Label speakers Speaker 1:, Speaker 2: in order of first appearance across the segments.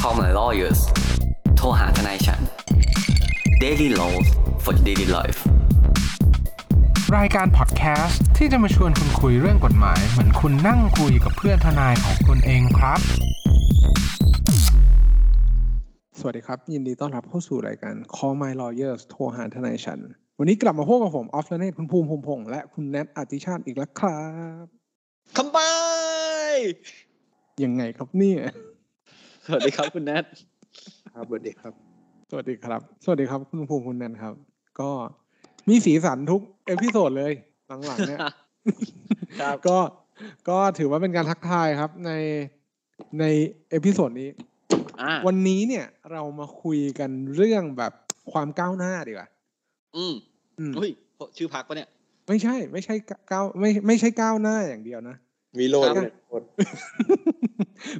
Speaker 1: call my lawyers โทรหาทนายฉัน daily laws for the daily life
Speaker 2: รายการพอดแคสต์ที่จะมาชวนคุณคุยเรื่องกฎหมาย เหมือนคุณนั่งคุยกับเพื่อนทนายของคุณเองครับ
Speaker 3: สวัสดีครับ ยินดีต้อนรับเข้าสู่รายการ Call My Lawyers โทรหาทนายฉัน วันนี้กลับมาพบกับผม ออฟเลเนตคุณภูมิภูมิพงษ์และคุณแนทอติชาติอีกแล้วครับ
Speaker 4: คำบาย
Speaker 3: ยังไงครับเนี่ย
Speaker 4: สวัสดีครับคุณแนท
Speaker 5: ครับสวัสดีครับ
Speaker 3: สวัสดีครับ สวัสดีครับ คุณภูมิคุณแนทครับ ก็มีสีสันทุกเอพิโซดเลย หลังๆเนี่ย
Speaker 4: ครับ
Speaker 3: ก็ก็ถือว่าเป็นการทักทายครับในในเอพิโซดนี้
Speaker 4: อ่า
Speaker 3: วันนี้เนี่ยเรามาคุยกันเรื่องแบบความก้าวหน้าดีกว่า
Speaker 4: อืม
Speaker 3: อืม
Speaker 4: อุ้ยชื่อพักปะเนี่ย
Speaker 3: ไม่ใช่ ไม่ใช่ก้าวไม่ไม่ใช่ก้าวหน้าอย่างเดียวนะ
Speaker 5: มีโลด
Speaker 4: ครับ
Speaker 5: เนี่ยโลด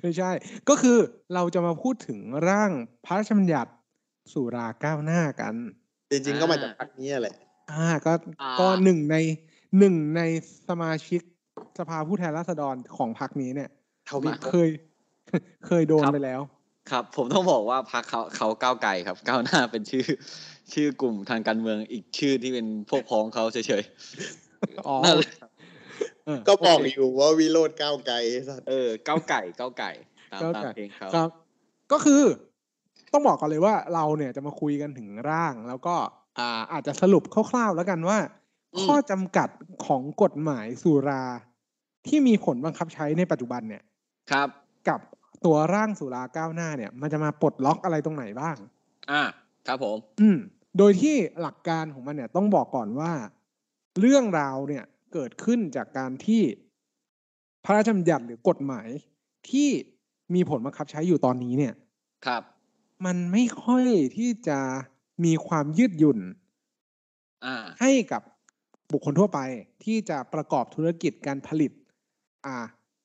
Speaker 3: ไม่ใช่ ก็คือเราจะมาพูดถึงร่างพระราชบัญญัติสุราก้าวหน้ากัน
Speaker 5: จริงๆก็มาจากพักนี้แหละ
Speaker 3: อ่า ก็
Speaker 4: อ่า
Speaker 3: ก็หนึ่งในหนึ่งในสมาชิกสภาผู้แทนราษฎรของพรรคนี้เนี่ย
Speaker 5: เท่าพี่
Speaker 3: เคย เคยโดนไปแล้ว
Speaker 4: ครับ ผมต้องบอกว่าพักเขาเขาก้าวไกลครับ ก้าวหน้าเป็นชื่อ ชื่อกลุ่มทางการเมืองอีกชื่อที่เป็นพวกพ้องเขาเฉย
Speaker 3: อ๋อ
Speaker 4: ๆนั่นแหละ
Speaker 3: เ
Speaker 5: ก็บอกอยู่ว่าวิโรดก้าวไกลสัตว์
Speaker 4: เออก้าวไก่ก้าวไก่ตาม
Speaker 3: ก้าว
Speaker 4: ตาม
Speaker 3: ไก่
Speaker 4: เพลงเขา
Speaker 3: ครับ ก็คือต้องบอกก่อนเลยว่าเราเนี่ยจะมาคุยกันถึงร่าง แล้วก็อ่าอาจจะสรุปคร่าวๆแล้วกันว่า ข้อจำกัดของกฎหมายสุรา ที่มีผลบังคับใช้ในปัจจุบันเนี่ย
Speaker 4: ครับ
Speaker 3: กับตัวร่างสุราก้าวหน้าเนี่ย มันจะมาปลดล็อกอะไรตรงไหนบ้าง
Speaker 4: อ่าครับผม
Speaker 3: อืม โดยที่หลักการของมันเนี่ยต้องบอกก่อนว่า เรื่องราวเนี่ยเกิดขึ้นจากการที่พระราชบัญญัติหรือกฎหมายที่มีผลบังคับใช้อยู่ตอนนี้เนี่ย
Speaker 4: ครับ
Speaker 3: มันไม่ค่อยที่จะมีความยืดหยุ่น
Speaker 4: อ่า
Speaker 3: ให้กับบุคคลทั่วไปที่จะประกอบธุรกิจการผลิต อ่า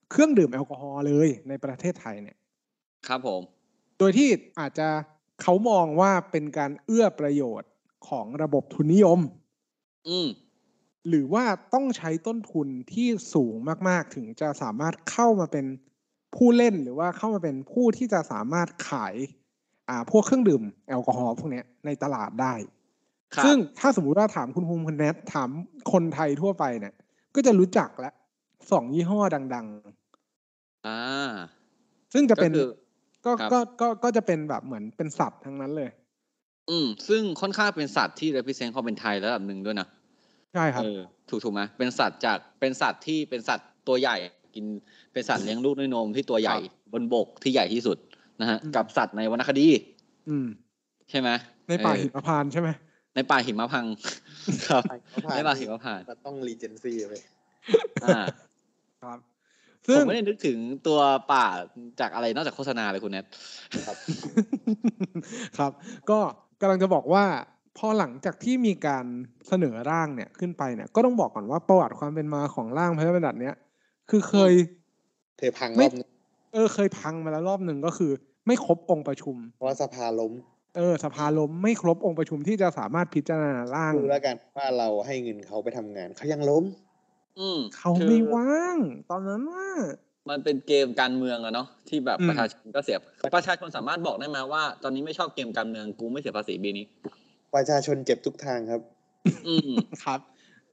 Speaker 3: เครื่องดื่มแอลกอฮอล์เลยในประเทศไทยเนี่ย
Speaker 4: ครับผม
Speaker 3: โดยที่อาจจะเขามองว่าเป็นการเอื้อประโยชน์ของระบบทุนนิยม
Speaker 4: อืม
Speaker 3: หรือว่าต้องใช้ต้นทุนที่สูงมากๆ ถึงจะสามารถเข้ามาเป็นผู้เล่นหรือว่าเข้ามาเป็นผู้ที่จะสามารถขายอ่าพวกเครื่องดื่มแอลกอฮอล์พวกเนี้ยในตลาดได้
Speaker 4: ครับ
Speaker 3: ซึ่งถ้าสมมุติว่าถามคุณภูมิคุณแนทถามคนไทยทั่วไปเนี่ย ก็จะรู้จักและสองยี่ห้อดัง
Speaker 4: อ่า
Speaker 3: ๆ ซึ่งจะเป็น
Speaker 4: ก็คือ
Speaker 3: ก็
Speaker 4: ครับ
Speaker 3: ก็ก็ก็จะเป็นแบบเหมือนเป็นสัตว์ทั้งนั้นเลย
Speaker 4: อืมซึ่งค่อนข้างเป็นสัตว์ที่ represent ความเป็นไทยระดับหนึ่งด้วยนะ
Speaker 3: ใช่ครับ
Speaker 4: เออถูกถูกไหมเป็นสัตว์จากเป็นสัตว์ที่เป็นสัตว์ตัวใหญ่กินเป็นสัตว์เลี้ยงลูกด้วยนมที่ตัวใหญ่บนบกที่ใหญ่ที่สุดนะฮะ
Speaker 3: อืม
Speaker 4: กับสัตว์ในวรรณคดี
Speaker 3: อืม
Speaker 4: ใช่ไหม
Speaker 3: ในป่า
Speaker 4: เออ
Speaker 3: หิมพานต์ใช่ไหม
Speaker 4: ในป่าหิมะพังค์ ครับ
Speaker 5: ไปเขาผ่าน
Speaker 4: ในป่าหิมะ ผ่านต์
Speaker 5: มันต้องรีเจนซี่ไป
Speaker 4: อ่า
Speaker 3: ครับ
Speaker 4: ผ
Speaker 3: ซึ่ง
Speaker 4: มไม่ได้นึกถึงตัวป่าจากอะไรนอกจากโฆษณาเลยคุณแนท
Speaker 3: ครับ ก็กำลังจะบอกว่า พอหลังจากที่มีการเสนอร่างเนี่ยขึ้นไปเนี่ย ก็ต้องบอกก่อนว่าประวัติความเป็นมาของร่างพระราชบัญญัติเนี้ยคือเคย
Speaker 5: เธอพังร
Speaker 3: ไม่
Speaker 5: อบนึง
Speaker 3: เออเคยพังมาแล้วรอบหนึ่งก็คือ ไม่ครบองค์ประชุม
Speaker 5: เพราะว่าสภาล้ม
Speaker 3: เออสภาล้มไม่ครบองค์ประชุมที่จะสามารถพิจารณาร่าง
Speaker 5: ดูแล้วกันว่าเราให้เงินเขาไปทำงานเขายังล้ม
Speaker 4: อืม
Speaker 3: เขา
Speaker 4: คือ
Speaker 3: ไม่ว่าง ตอนนั้นว่า
Speaker 4: มันเป็นเกมการเมืองอะเนาะที่แบบ
Speaker 3: อืม
Speaker 4: ประชาชนก็เสียประชาชนสามารถบอกได้ไหมว่า ตอนนี้ไม่ชอบเกมการเมืองกูไม่เสียภาษีบีนี้
Speaker 5: ประชาชนเจ็บทุกทางครับ
Speaker 4: อืม
Speaker 3: ครับ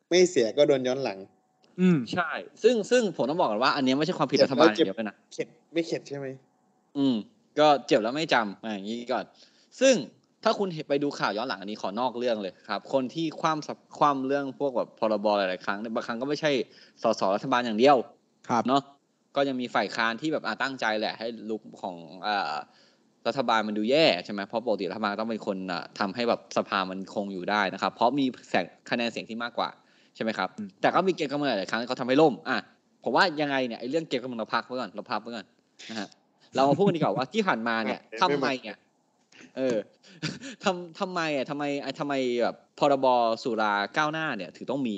Speaker 5: ไม่เสียก็โดนย้อนหลัง
Speaker 3: อืม
Speaker 4: ใช่ ซึ่งซึ่งผมต้องบอกก่อนว่าอันเนี้ยไม่ใช่ความผิดรัฐบาลอย่างเดียวด้วยนะ
Speaker 5: เข็ดไม่เข็ดใช่ไหม
Speaker 4: อืม ก็เจ็บแล้วไม่จำอ่ะอย่างนี้ก่อน ซึ่งถ้าคุณเห็นไปดูข่าวย้อนหลังอันนี้ขอนอกเรื่องเลยครับ คนที่ความความเรื่องพวกแบบพรบหลายๆครั้งเนี่ยบางครั้งก็ไม่ใช่สสรัฐบาลอย่างเดียว
Speaker 3: ครับ
Speaker 4: เนาะ ก็ยังมีฝ่ายค้านที่แบบอ่ะตั้งใจแหละ ให้ลุกของอ่ารัฐบาลมันดูแย่ใช่ไหมเพราะปกติรัฐบาลต้องเป็นคนอ่ะทำให้แบบสภามันคงอยู่ได้นะครับ เพราะมีแสงคะแนนเสียงที่มากกว่าใช่ไหมครับ แต่ก็มีเกมการเมืองหลายๆครั้งที่เขาทำให้ล่ม อ่ะ ผมว่ายังไงเนี่ยไอ้เรื่องเกมการเมืองเราพักไว้ก่อนเราพักไว้ก่อนนะฮะ เรามาพูดกันดีกว่าว่าที่ผ่านมาเนี่ยทำไมเนี่ยเออ ทำทำไมอ่ะทำไมอ่ะทำไมแบบพรบสุราก้าวหน้าเนี่ยถึงต้องมี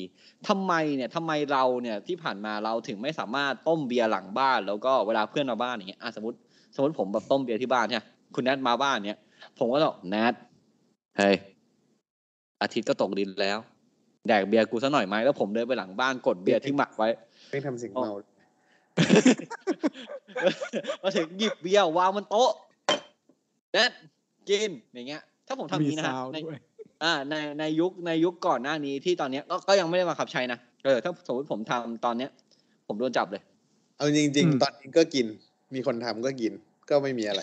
Speaker 4: ทำไมเนี่ยทำไมเราเนี่ยที่ผ่านมาเราถึงไม่สามารถต้มเบียร์หลังบ้าน แล้วก็เวลาเพื่อนมาบ้านอย่างเงี้ยอ่ะสมมติสมมติผมแบบต้มเบียร์ที่บ้านใช่ไหมคุณแนทมาบ้านเนี่ยผมก็บอกแนทเฮ้ยอาทิตย์ก็ตกดินแล้ว แดกเบียร์กูซะหน่อยไหมแล้วผมเดินไปหลังบ้านกดเบียร์ที่หมักไว้
Speaker 5: ไม่ทำเสิ่งเมา
Speaker 4: มาถึงหยิบเบียร์วางบนโต๊ะ แนทกินอย่างเงี้ย ถ้าผมทำอย่าง
Speaker 3: มี
Speaker 4: นี้นะ
Speaker 3: ซา
Speaker 4: ฮะ
Speaker 3: วด์
Speaker 4: ใน
Speaker 3: ด้วย
Speaker 4: อ่าในในยุคในยุคก่อนหน้านี้ที่ตอนเนี้ยก็ก็ยังไม่ได้มาขับใช้นะเออถ้าสมมติผมทำตอนเนี้ย ผมโดนจับเลย
Speaker 5: เอาจริง
Speaker 3: อืม
Speaker 5: ๆ ตอนนี้ก็กิน มีคนทำก็กิน ก็ไม่มีอะไร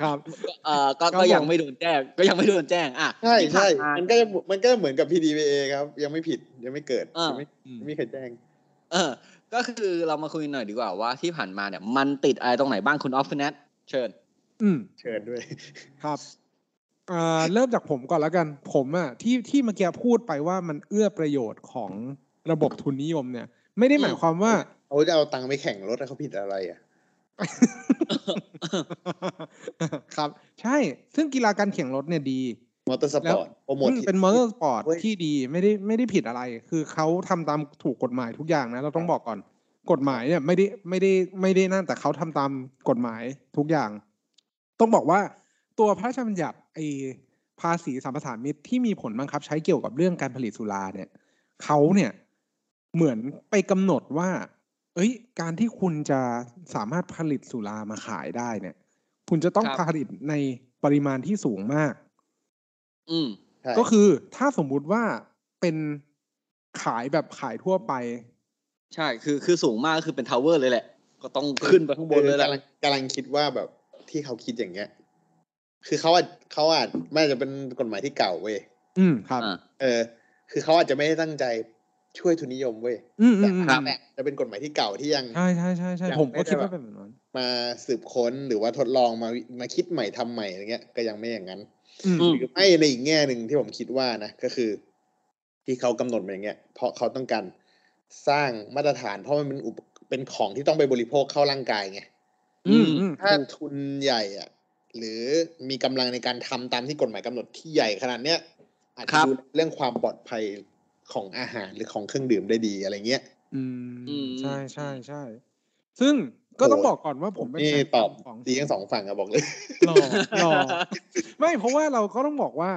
Speaker 3: ครับ
Speaker 4: เออก็
Speaker 3: ครับ
Speaker 4: ก็ยัง
Speaker 3: ผม
Speaker 4: ไม่โดนแจ้งก็ยังไม่โดนแจ้งอ่ะ
Speaker 5: ใช่
Speaker 4: ที่ผ่า
Speaker 5: ใช่
Speaker 4: นมา
Speaker 5: มันก็มันก็เหมือนกับพีดีเอครับ ยังไม่ผิดยังไม่เกิด
Speaker 4: เออ
Speaker 5: ยังไม่ยังไม่เคยแจ้ง
Speaker 4: เออ ก็คือเรามาคุยหน่อยดีกว่าว่าที่ผ่านมาเนี่ย มันติดอะไรตรงไหนบ้างคุณออฟคุณแนทเชิญ
Speaker 3: อืม
Speaker 5: เชิญด้วย
Speaker 3: ครับเอ่อเริ่มจากผมก่อนแล้วกัน ผมอะที่ที่เมื่อกี้พูดไปว่ามันเอื้อประโยชน์ของระบบทุนนิยมเนี่ย ไม่ได้หมายความว่า
Speaker 5: เขาจะเอาตังค์ไปแข่งรถแล้วเขาผิดอะไรอ่ะ
Speaker 3: ครับ ใช่ ซึ่งกีฬาการแข่งรถเนี่ยดี
Speaker 5: มอเตอร์สปอร์ตโปรโมท
Speaker 3: อืมเป็นมอเตอร์สปอร์ต
Speaker 5: เว้ย
Speaker 3: ที่ดีไม่ได้ไม่ได้ผิดอะไร คือเขาทำตามถูกกฎหมายทุกอย่างนะ เราต้องบอกก่อน กฎหมายเนี่ยไม่ได้ไม่ได้ไม่ได้นั่นแต่เขาทำตามกฎหมายทุกอย่าง ต้องบอกว่าตัวพระราชบัญญัติไอภาษีสัมปทานมิตรที่มีผลบังคับใช้เกี่ยวกับเรื่องการผลิตสุราเนี่ยเขาเนี่ยเหมือนไปกำหนดว่า เอ้ย การที่คุณจะสามารถผลิตสุรามาขายได้เนี่ย คุณจะต้อง
Speaker 4: ครับ
Speaker 3: ผลิตในปริมาณที่สูงมาก
Speaker 4: อืม
Speaker 5: ใช่
Speaker 3: ก็คือถ้าสมมุติว่าเป็นขายแบบขายทั่วไป
Speaker 4: ใช่คือคือสูงมากก็คือเป็นทาวเวอร์เลยแหละ ก็ต้องขึ้นไปข้างบนเลยแหละ
Speaker 5: กำงกำลังคิดว่าแบบที่เขาคิดอย่างเงี้ย คือเขาอาจเขาอาจไม่อาจจะเป็นกฎหมายที่เก่าเว้ย
Speaker 3: อืมครับ
Speaker 4: อ่า
Speaker 5: เออ คือเขาอาจจะไม่ได้ตั้งใจช่วยทุนนิยมเว้ย
Speaker 3: อืมอื
Speaker 5: แต่
Speaker 3: มอืม
Speaker 4: ครับ
Speaker 5: จะเป็นกฎหมายที่เก่าที่ยัง
Speaker 3: ใช่ใช่ใช่ใช่
Speaker 5: อยาก
Speaker 3: ผม
Speaker 5: ให้
Speaker 3: ก็
Speaker 5: ได้
Speaker 3: คิดว่า
Speaker 5: แบบ
Speaker 3: เป็นแบบนั้น
Speaker 5: มาสืบค้นหรือว่าทดลองมามาคิดใหม่ทำใหม่อะไรเงี้ย ก็ยังไม่อย่างนั้น
Speaker 3: อืม
Speaker 4: อืม
Speaker 5: หรือไม่ในอีกแง่หนึ่งที่ผมคิดว่านะก็คือ ที่เขากำหนดมาอย่างเงี้ยเพราะเขาต้องการสร้างมาตรฐาน เพราะมันเป็นอุปเป็นของที่ต้องไปบริโภคเข้าร่างกายไง
Speaker 3: อืมอืม
Speaker 5: ถ้าทุนใหญ่อะหรือมีกำลังในการทำตามที่กฎหมายกำหนดที่ใหญ่ขนาดเนี้ยอาจ
Speaker 4: ครั
Speaker 5: จะ
Speaker 4: บ
Speaker 5: ดูเรื่องความปลอดภัยของอาหารหรือของเครื่องดื่มได้ดีอะไรเงี้ย
Speaker 3: อื
Speaker 4: อื
Speaker 3: ม
Speaker 4: ม
Speaker 3: ใช่ใช่ใช่ซึ่งก็ต้องบอกก่อนว่าผมเป็น
Speaker 5: นี่
Speaker 3: แฟน
Speaker 5: ตอบ
Speaker 3: ของ
Speaker 5: ดีทั้งสองฝั่งอะบอกเลย
Speaker 3: หล่อห ล่อไม่เพราะว่าเราก็ต้องบอกว่า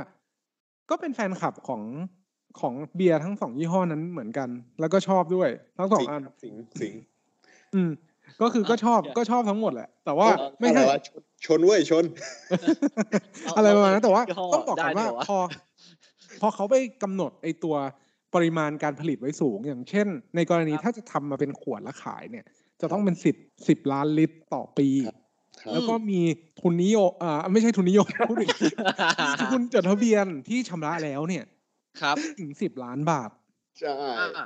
Speaker 3: ก็เป็นแฟนคลับของของเบียร์ทั้งสองยี่ห้อนั้นเหมือนกัน แล้วก็ชอบด้วยทั้งสองอัน
Speaker 5: สิงสิง
Speaker 3: อืม ก็คือก็ชอบ
Speaker 4: อ่ะ
Speaker 3: ก็ชอบทั้งหมดแหละแต่ว่าไม่
Speaker 5: อะไร
Speaker 3: ใช่
Speaker 5: วะชนชนเว้ยชน
Speaker 4: เอา
Speaker 3: อะไรประมาณนั้นแต่ว่า
Speaker 4: ยี่ห้อ
Speaker 3: ต้องบอกก่อน
Speaker 4: ได้
Speaker 3: ว่า
Speaker 4: ด้วยเหรอวะ
Speaker 3: พอ พอเขาไปกำหนดไอตัวปริมาณการผลิตไว้สูง อย่างเช่น ในกรณี
Speaker 4: ครับ
Speaker 3: ถ้าจะทำมาเป็นขวดและขายเนี่ย จะต้องเป็นสิบสิบล้านลิตรต่อปี
Speaker 5: ครับ ครับ
Speaker 3: แล้วก็มีทุนนิยมอ่าไม่ใช่ทุนนิยม พูดผิดมีทุนจดทะเบียนที่ชำระแล้วเนี่ย
Speaker 4: ครับ
Speaker 3: ถึงสิบล้านบาท
Speaker 5: ใช่
Speaker 4: อ่า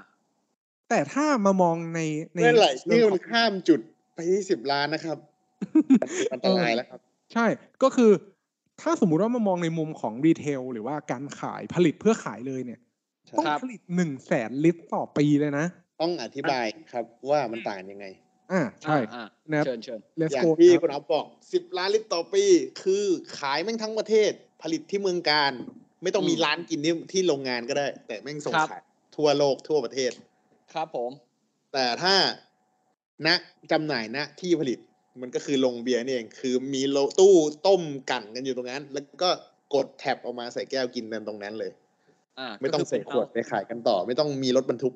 Speaker 3: แต่ถ้ามามองในใน
Speaker 5: เมื่อไหร่
Speaker 3: เรื่
Speaker 5: ที่
Speaker 3: องข
Speaker 5: มั
Speaker 3: อน ง
Speaker 5: ข้ามจุดไปที่สิบล้าน นะครับ อันตรายแล้วครับ
Speaker 3: ใช่ ก็คือ ถ้าสมมุติว่ามามองในมุมของรีเทลหรือว่าการขายผลิตเพื่อขายเลยเนี่ย
Speaker 5: ใช่
Speaker 3: ต้อง
Speaker 4: ครับ
Speaker 3: ผลิตหนึ่งแสนลิตรต่อปีเลยนะ
Speaker 5: ต้องอธิบายครับว่ามันต่างยังไง
Speaker 3: อ่า ใช่
Speaker 4: อ่า
Speaker 3: นะครับ
Speaker 4: เชิญเชิญ
Speaker 3: เลส
Speaker 5: อย่า
Speaker 3: โก
Speaker 5: งที่คุณอ๊อฟบอกสิบล้านลิตรต่อปี คือขายแม่งทั้งประเทศ ผลิตที่เมืองการ ไม่ต้องมีร้านกินที่ที่โรงงานก็ได้ แต่แม่งส่งขายทั่วโลกทั่วประเทศ
Speaker 4: ครับผม
Speaker 5: แต่ถ้าณจำหน่ายณที่ผลิตมันก็คือโรงเบียร์นี่เอง คือมีโลตู้ต้มกั่นกันอยู่ตรงนั้น แล้วก็กดแท็บออกมาใส่แก้วกินกันตรงนั้นเลย
Speaker 4: อ่า
Speaker 5: ไม่ต้อง
Speaker 4: ก็คื
Speaker 5: ใส่ขวดไปขายกันต่อ ไม่ต้องมีรถบรรทุก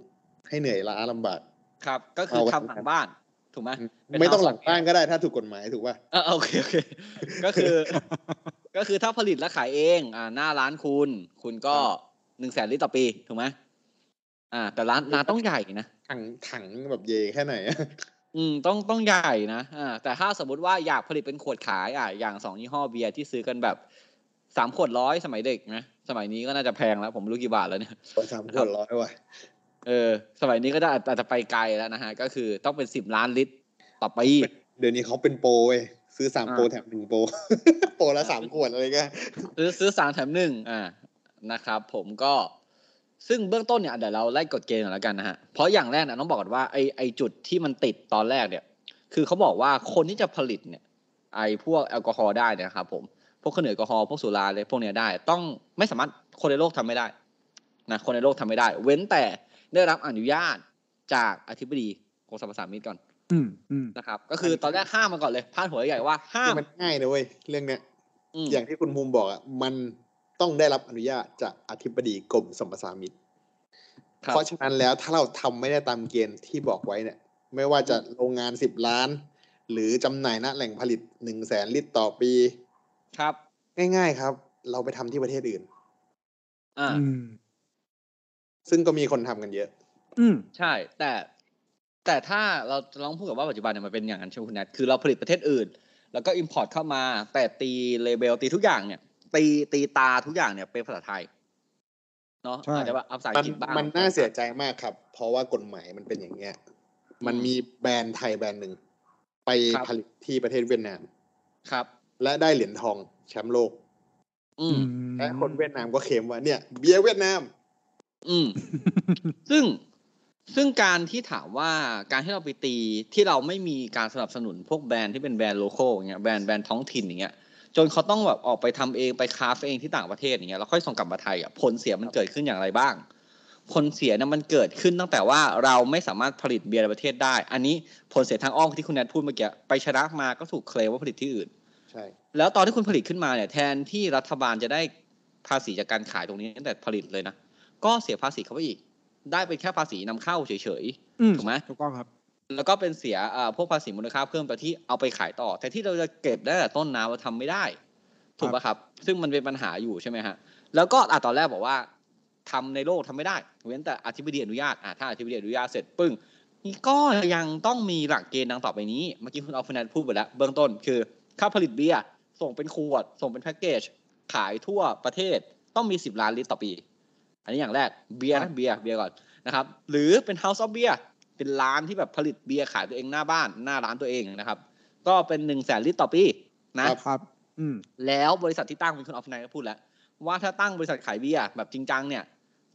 Speaker 5: ให้เหนื่อยล้าลำบาก
Speaker 4: ครับ ก็คือ
Speaker 5: เอาไว้
Speaker 4: ทำหลังบ้านถูกไหม เป็น
Speaker 5: ไม่ต้อง
Speaker 4: house
Speaker 5: หลังบ้านก็ได้ถ้าถูกกฎหมายถูกป่ะ
Speaker 4: เออโอเค โอเค ก็คือ ก็คือถ้าผลิตและขายเองอ่าหน้าร้านคุณ คุณก็หนึ่งแสนลิตรต่อปี ถูกไหมอ่า แต่ร้านร้านต้องใหญ่นะ
Speaker 5: ถังถังแบบเยแค่ไหน
Speaker 4: อืมต้องต้องใหญ่นะอ่าแต่ถ้าสมมติว่าอยากผลิตเป็นขวดขายอ่ะอย่างสองยี่ห้อเบียร์ที่ซื้อกันแบบสามขวดร้อยสมัยเด็กนะสมัยนี้ก็น่าจะแพงแล้ว ผมไม่รู้กี่บาทแล้วเนี่ย
Speaker 5: สามขวดร้อยว่ะ
Speaker 4: เออ สมัยนี้ก็จะอาจจะไปไกลแล้วนะฮะ ก็คือต้องเป็นสิบล้านลิตรต่อปี
Speaker 5: เดี๋ยวนี้เขาเป็นโปรเว้ยซื้อสาม
Speaker 4: อ่า
Speaker 5: โปรแถมหนึ่งโปร โปรละสามขวดอะไรเงี้ย
Speaker 4: ซื้อซื้อสามแถมหนึ่งอ่านะครับ ผมก็ซึ่งเบื้องต้นเนี่ยเดี๋ยวเราไล่กฎเกณฑ์ก่อนแล้วกันนะฮะเพราะอย่างแรกเนี่ยต้องบอกก่อนว่าไอไอจุดที่มันติดตอนแรกเนี่ย คือเขาบอกว่าคนที่จะผลิตเนี่ย ไอพวกแอลกอฮอล์ได้เนยครับผมพวกเครื่องดื่มแอลกอฮอล์พวกสุราเลยพวกเนี้ยได้ ต้องไม่สามารถคนในโลกทำไม่ได้นะคนในโลกทำไม่ได้ เว้นแต่ได้รับอนุญาตจากอธิบดีกรมสรรพสามิตก่อน
Speaker 3: อืมอืม
Speaker 4: นะครับ ก็คือตอนแรกห้ามมาก่อนเลยพาดหัวใหญ่ๆว่าห้าม
Speaker 5: มันง่ายนะเว้ยเรื่องเนี้ย
Speaker 4: อืม
Speaker 5: อย่างที่คุณภูมิบอกอ่ะมันต้องได้รับอนุญาตจากอธิบดีกรมสรรพสามิต
Speaker 4: ครับ
Speaker 5: เพราะฉะนั้นแล้วถ้าเราทำไม่ได้ตามเกณฑ์ที่บอกไว้เนี่ย ไม่ว่าจะโรงงานสิบล้าน หรือจำหน่ายณแหล่งผลิตหนึ่งแสนลิตรต่อปี
Speaker 4: ครับ
Speaker 5: ง่าย ๆ ครับ เราไปทำที่ประเทศอื่น
Speaker 4: อ่า
Speaker 3: อืม
Speaker 5: ซึ่งก็มีคนทำกันเยอะ
Speaker 3: อืม
Speaker 4: ใช่ แต่แต่ถ้าเราจะลองพูดกับว่าปัจจุบันเนี่ยมันเป็นอย่างนั้นใช่ไหมคุณแนทคือเราผลิตประเทศอื่น แล้วก็อิมพอร์ตเข้ามา แต่ตีเลเบลตีทุกอย่างเนี่ย ตีตีตาทุกอย่างเนี่ยเป็นภาษาไทยเนาะ
Speaker 3: ใช่
Speaker 4: อาจจะว่าอัพสาย
Speaker 5: มัน
Speaker 4: คิดบ้าง
Speaker 5: มันน่าเสียใจมากครับ เพราะว่ากฎหมายมันเป็นอย่างเงี้ย มันมีแบรนด์ไทยแบรนด์หนึ่ง ไปผลิตที่ประเทศเวียดนาม
Speaker 4: ครับ
Speaker 5: และได้เหรียญทองแชมป์โลก
Speaker 4: อืม
Speaker 5: และคนเวียดนามก็เคลมว่าเนี่ยเบียร์เวียดนาม
Speaker 4: อืม ซึ่งซึ่งการที่ถามว่าการที่เราไปตีที่เราไม่มีการสนับสนุนพวกแบรนด์ที่เป็นแบรนด์โลโก้อย่างเงี้ยแบรนด์แบรนด์ท้องถิ่นอย่างเงี้ยจนเขาต้องแบบออกไปทำเองไปคราฟเองที่ต่างประเทศอย่างเงี้ยแล้วค่อยส่งกลับมาไทยอ่ะผลเสียมันเกิดขึ้นอย่างไรบ้าง ผลเสียเนี่ยมันเกิดขึ้นตั้งแต่ว่าเราไม่สามารถผลิตเบียร์ในประเทศได้ อันนี้ผลเสียทางอ้อมที่คุณแนทพูดเมื่อกี้ไปชนะมาก็ถูกเคลมว่าผลิตที่อื่น
Speaker 5: ใช่
Speaker 4: แล้วตอนที่คุณผลิตขึ้นมาเนี่ยแทนที่รัฐบาลจะได้ภาษีจากการขายตรงนี้ตั้งแต่ผลิตเลยนะ ก็เสียภาษีเข้าไปอีก ได้เป็นแค่ภาษีนำเข้าเฉย
Speaker 3: อืม
Speaker 4: ถูกไหม
Speaker 3: ถูกต้องครับ
Speaker 4: ๆ แล้วก็เป็นเสียเอ่อพวกภาษีมูลค่าเพิ่มแต่ที่เอาไปขายต่อ แต่ที่เราจะเก็บได้แต่ต้นน้ำเราทำไม่ได้ ถูกปะครับ ซึ่งมันเป็นปัญหาอยู่ใช่ไหมฮะ แล้วก็อ่ะตอนแรกบอกว่าทำในโลกทำไม่ได้ เว้นแต่อธิบดีอนุญาตอ่ะถ้าอธิบดีอนุญาตเสร็จปึ้งนี่ก็ยังต้องมีหลักเกณฑ์ดังต่อไปนี้ เมื่อกี้คุณเอาฟนันพูดไปแล้วเบื้องต้นคือค่าผลิตเบียร์ส่งเป็นขวด ส่งเป็นแพ็กเกจ ขายทั่วประเทศต้องมี 10 ล้านลิตรต่อปี อันนี้อย่างแรกเบียร์นะเบียร์เบียร์ก่อนนะครับ หรือเป็น House of Beer เป็นร้านที่แบบผลิตเบียร์ขายตัวเองหน้าบ้านหน้าร้านตัวเองนะครับ ก็เป็น1นึ่งแสนลิตรต่อปีนะ
Speaker 5: ครับ
Speaker 3: ครับ อืม
Speaker 4: แล้วบริษัทที่ตั้งเป็นคนออฟไนก็พูดแล้ว ว่าถ้าตั้งบริษัทขายเบียร์แบบจริงจังเนี่ย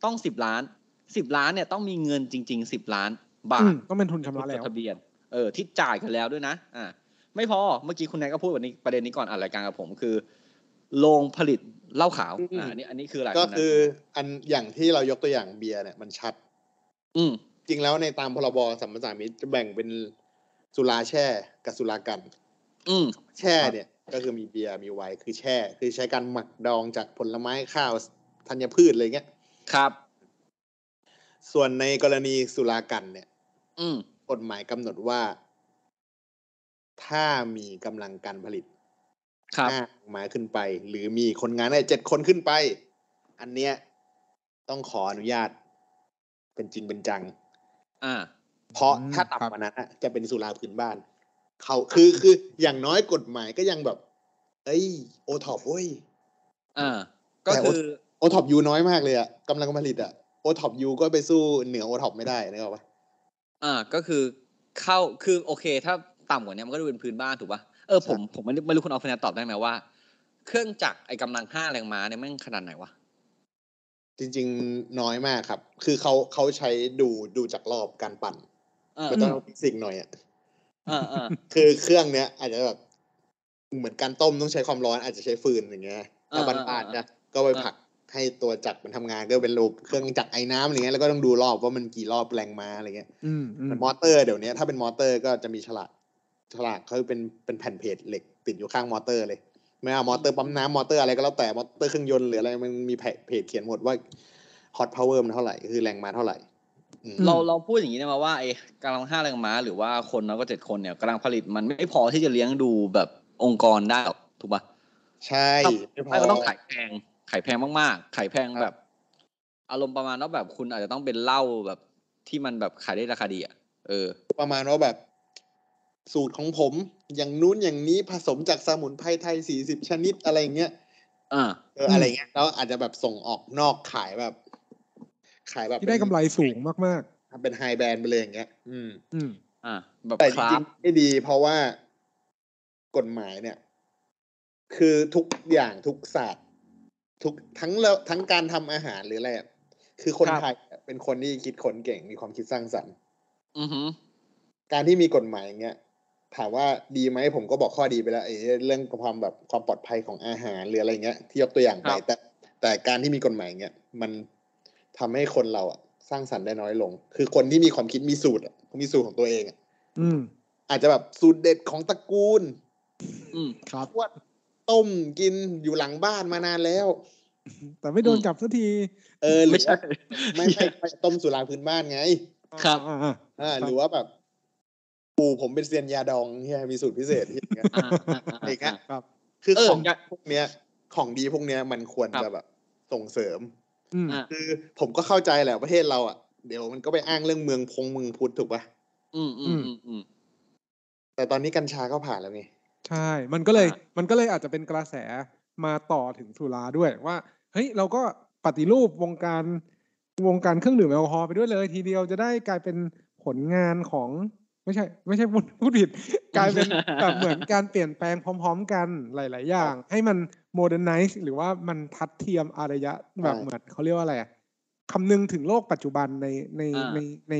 Speaker 4: ต้องสิบล้านสิบล้านเนี่ยต้องมีเงินจริงๆสิบล้านบา
Speaker 3: อื
Speaker 4: ท
Speaker 3: มต้องเป็นทุนชำระ
Speaker 4: จ
Speaker 3: แล้
Speaker 4: ด
Speaker 3: ว
Speaker 4: ทะเบียนเออที่จ่ายกันแล้วด้วยนะอ่าไม่พอเมื่อกี้คุณนายก็พูดวันนี้ประเด็นนี้ก่อนอัดรายการกับผมคือโรงผลิตเหล้าขาวอ่าอันนี้อันนี้คืออะไร
Speaker 5: ก็
Speaker 4: ณนาย
Speaker 5: คืออันอย่างที่เรายกตัวอย่างเบียร์เนี่ยมันชัด
Speaker 4: อืม
Speaker 5: จริงแล้วในตามพรบสัมปทานมิตรจะแบ่งเป็นสุราแช่กับสุรากัน
Speaker 4: อืม
Speaker 5: แช่เนี่ยก็คือมีเบียร์มีไวน์คือแช่ คือใช้การหมักดองจากผลไม้ข้าวธัญพืชอะไรเงี้ย
Speaker 4: ครับ
Speaker 5: ส่วนในกรณีสุรากันเนี่ย
Speaker 4: อืม
Speaker 5: กฎหมายกำหนดว่า ถ้ามีกำลังการผลิต
Speaker 4: ครับ
Speaker 5: ห้าหมายขึ้นไป หรือมีคนงานได้เจ็ดคนขึ้นไป อันเนี้ยต้องขออนุญาต เป็นจริงเป็นจัง
Speaker 4: อ่า
Speaker 5: เพราะ
Speaker 3: อืม
Speaker 5: ถ้า
Speaker 3: ครับ
Speaker 5: ต่ำกว่านั้นอะจะเป็นสุราพื้นบ้าน เขาคือคืออย่างน้อยกฎหมายก็ยังแบบ เอ้ยโอท็อปเว้ย
Speaker 4: อ่า ก็
Speaker 5: แต่
Speaker 4: คือ
Speaker 5: โอท็อปยูน้อยมากเลยอะกำลังการผลิตอะโอท็อปยูก็ไปสู้เหนือโอท็อปไม่ได้นะครับ
Speaker 4: อ่าก็คือเข้าคือโอเค ถ้าต่ำกว่านี้มันก็ดูเป็นพื้นบ้านถูกป่ะเออผมผมไม่รู้ไม่รู้คุณออฟฟินตอบได้ไหมว่า เครื่องจักรไอ้กำลังห้าแรงม้าเนี่ยแม่งขนาดไหนวะ
Speaker 5: จริงๆน้อยมากครับ คือเขาเขาใช้ดูดูจากรอบการปั่น
Speaker 4: เออ
Speaker 5: มันต้องฟิสิกส์หน่อยอ่ะ
Speaker 4: เออ เออ
Speaker 5: คือเครื่องเนี้ยอาจจะแบบเหมือนการต้มต้องใช้ความร้อนอาจจะใช้ฟืนอย่างเงี้ยถ้าบ้านๆนะก็ไปผลักให้ตัวจักรมันทำงานก็เป็นรูปเครื่องจักรไอ้น้ำอะไรเงี้ยแล้วก็ต้องดูรอบว่ามันกี่รอบแรงมาอะไรเงี้ย
Speaker 3: อืมอืม
Speaker 5: มันมอเตอร์เดี๋ยวนี้ถ้าเป็นมอเตอร์ก็จะมีฉลากฉลากเขาเป็นเป็นแผ่นเพจเหล็กติดอยู่ข้างมอเตอร์เลยไม่ว่ามอเตอร์ปั๊มน้ำมอเตอร์อะไรก็แล้วแต่มอเตอร์เครื่องยนต์หรืออะไรมันมีแผ่นเพจเขียนหมดว่าฮอตพาวเวอร์มันเท่าไหร่คือแรงมาเท่าไหร่อืม
Speaker 4: เราเราพูดอย่างนี้ได้ไหมาว่าไอ้กำลังห้าแรงม้าหรือว่าคนเราก็เจ็ดคนเนี่ยกำลังผลิตมันไม่พอที่จะเลี้ยงดูแบบองค์กรได้หรอกถูกป่ะ
Speaker 5: ใช่ไม่พอ
Speaker 4: ก็ต้องขายแพงขายแพงมากๆขายแพงแบบ อารมณ์ประมาณว่าแบบคุณอาจจะต้องเป็นเหล้าแบบที่มันแบบขายได้ราคาดีอ่ะเออ
Speaker 5: ประมาณว่าแบบ สูตรของผมอย่างนู้นอย่างนี้ผสมจากสมุนไพรไทยสี่สิบชนิดอะไรอย่างเงี้ย
Speaker 4: อ่า
Speaker 5: เอออะไรเงี้ยแล้วอาจจะแบบส่งออกนอกขายแบบ ขายแบบ
Speaker 3: ที่ได้กำไรสูงมาก
Speaker 5: เป็นไฮแบรนด์ไปเลยอย่างเงี้ย อืม
Speaker 3: ๆ อืม
Speaker 4: อ่า แบบ
Speaker 5: แต่
Speaker 4: ค
Speaker 5: จ
Speaker 4: รา
Speaker 5: ริ
Speaker 4: ฟ
Speaker 5: งๆไม่ดีเพราะว่ากฎหมายเนี่ย คือทุกอย่างทุกศาสตร์ทุกทั้งเราทั้งการทำอาหารหรืออะไรอะคือคนไทยเป็นคนที่คิดคนเก่งมีความคิดสร้างสรรค์
Speaker 4: อือหือ
Speaker 5: การที่มีกฎหมายอย่างเงี้ยถามว่าดีไหมผมก็บอกข้อดีไปแล้วไอ้เรื่องความแบบความปลอดภัยของอาหารหรืออะไรเงี้ย ที่ยกตัวอย่างไป
Speaker 4: ครับ
Speaker 5: แต่แต่การที่มีกฎหมายอย่างเงี้ยมันทำให้คนเราอะสร้างสรรค์ได้น้อยลง คือคนที่มีความคิดมีสูตรอะมีสูตรของตัวเองอะ
Speaker 3: อืม
Speaker 5: อาจจะแบบสูตรเด็ดของตระกูล
Speaker 4: อืม
Speaker 3: ครับ
Speaker 5: ทวดต้มกินอยู่หลังบ้านมานานแล้ว
Speaker 3: แต่ไม่โดน
Speaker 4: อืม
Speaker 3: จับสักที
Speaker 5: เออหรื
Speaker 4: ไม่
Speaker 5: อ
Speaker 4: ใช่
Speaker 5: ว่าไม่ไม่ไม่ต้มสุราพื้นบ้านไง
Speaker 4: ครับ
Speaker 3: อ่าอ่า
Speaker 5: อ่า
Speaker 3: ครับ
Speaker 5: หรือว่าแบบ ปู่ผมเป็นเซียนยาดองที่มีสูตรพิเศษที่อย่างเงี้ย
Speaker 4: อ่าอ่า
Speaker 5: อีก
Speaker 4: อ่า
Speaker 5: ฮะ คือ
Speaker 4: เออ
Speaker 5: ของ
Speaker 4: อยาก
Speaker 5: พวกเนี้ย ของดีพวกเนี้ยมันควร
Speaker 4: ครับ
Speaker 5: จะแบบส่งเสริม
Speaker 3: อืม
Speaker 4: อ่า
Speaker 5: คือผมก็เข้าใจแหละประเทศเราอ่ะเดี๋ยวมันก็ไปอ้างเรื่องเมืองพงเมืองพุทธถูกป่ะ
Speaker 4: อืมอืมอืมอืม
Speaker 5: แต่ตอนนี้กัญชาก็ผ่านแล้วไง
Speaker 3: ใช่ มันก็เลย
Speaker 4: อ่ะ
Speaker 3: มันก็เลยอาจจะเป็นกระแสมาต่อถึงสุราด้วยว่าเฮ้ยเราก็ปฏิรูปวงการวงการเครื่องดื่มแอลกอฮอล์ไปด้วยเลย ทีเดียวจะได้กลายเป็นผลงานของไม่ใช่ ไม่ใช่พูดพูดผิด กลายเป็นแบบเหมือนการเปลี่ยนแปลงพร้อม ๆ กันหลาย ๆ อย่าง ให้มันโมเดิร์นไนซ์หรือว่ามันทัดเทียมอารยะแบบ
Speaker 5: ใช่
Speaker 3: เหมือนเขาเรียกว่าอะไรอะคำนึงถึงโลกปัจจุบันในใน
Speaker 4: อ่า
Speaker 3: ในใน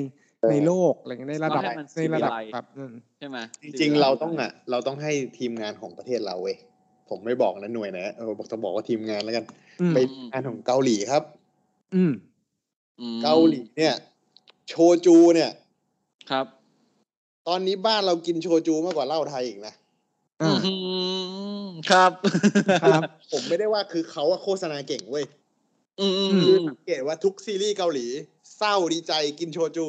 Speaker 3: ในโลกอะไรเงี้ยในระดับ
Speaker 4: ว่าให้มัน
Speaker 3: ในระดับ
Speaker 4: civilized
Speaker 3: แบบอืม
Speaker 4: ใช่ไหม
Speaker 5: จริงๆ เราต้องอ่ะ เราต้องให้ทีมงานของประเทศเราเว้ยผมไม่บอกนะหน่วยไหนะเออบอกจะบอกว่าทีมงานแล้วกัน
Speaker 3: อืม
Speaker 5: ไปงานของเกาหลีครับ
Speaker 3: อืม
Speaker 4: อืม
Speaker 5: เกาหลีเนี่ย โชจูเนี่ย
Speaker 4: ครับ
Speaker 5: ตอนนี้บ้านเรากินโชจูมากกว่าเหล้าไทยอีกนะ
Speaker 3: อ่า
Speaker 4: อืมครับ
Speaker 3: ครับ
Speaker 5: ผมไม่ได้ว่าคือเขาอะโฆษณาเก่งเว้ย
Speaker 4: อืมอืม
Speaker 5: คือ
Speaker 4: ม
Speaker 5: สังเกตว่าทุกซีรีส์เกาหลี เศร้าดีใจกินโชจู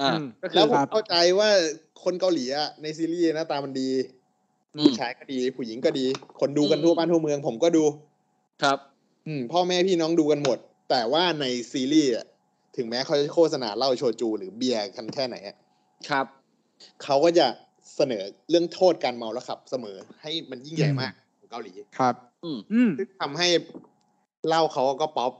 Speaker 4: อ่า
Speaker 3: อืม
Speaker 4: ก็คื
Speaker 5: แล้
Speaker 4: อ
Speaker 5: วผม
Speaker 3: ครับ
Speaker 5: เข้าใจว่าคนเกาหลีอะในซีรีส์หน้าตามันดี
Speaker 4: อืม
Speaker 5: ผู้ชายก็ดี ผู้หญิงก็ดี คนดูกันทั่วบ้านทั่วเมือง ผมก็ดู
Speaker 4: ครับ
Speaker 5: อืมพ่อแม่พี่น้องดูกันหมด แต่ว่าในซีรีส์อะถึงแม้เขาจะโฆษณาเหล้าโชจูหรือเบียร์กันแค่ไหนอะ
Speaker 4: ครับ
Speaker 5: เขาก็จะเสนอเรื่องโทษการเมาแล้วขับเสมอ ให้มันยิ่งใหญ่มากของเกาหลี
Speaker 3: ครับ
Speaker 4: อืม
Speaker 3: อืม
Speaker 5: ซึ่งทำให้เหล้าเขาก็ป๊อป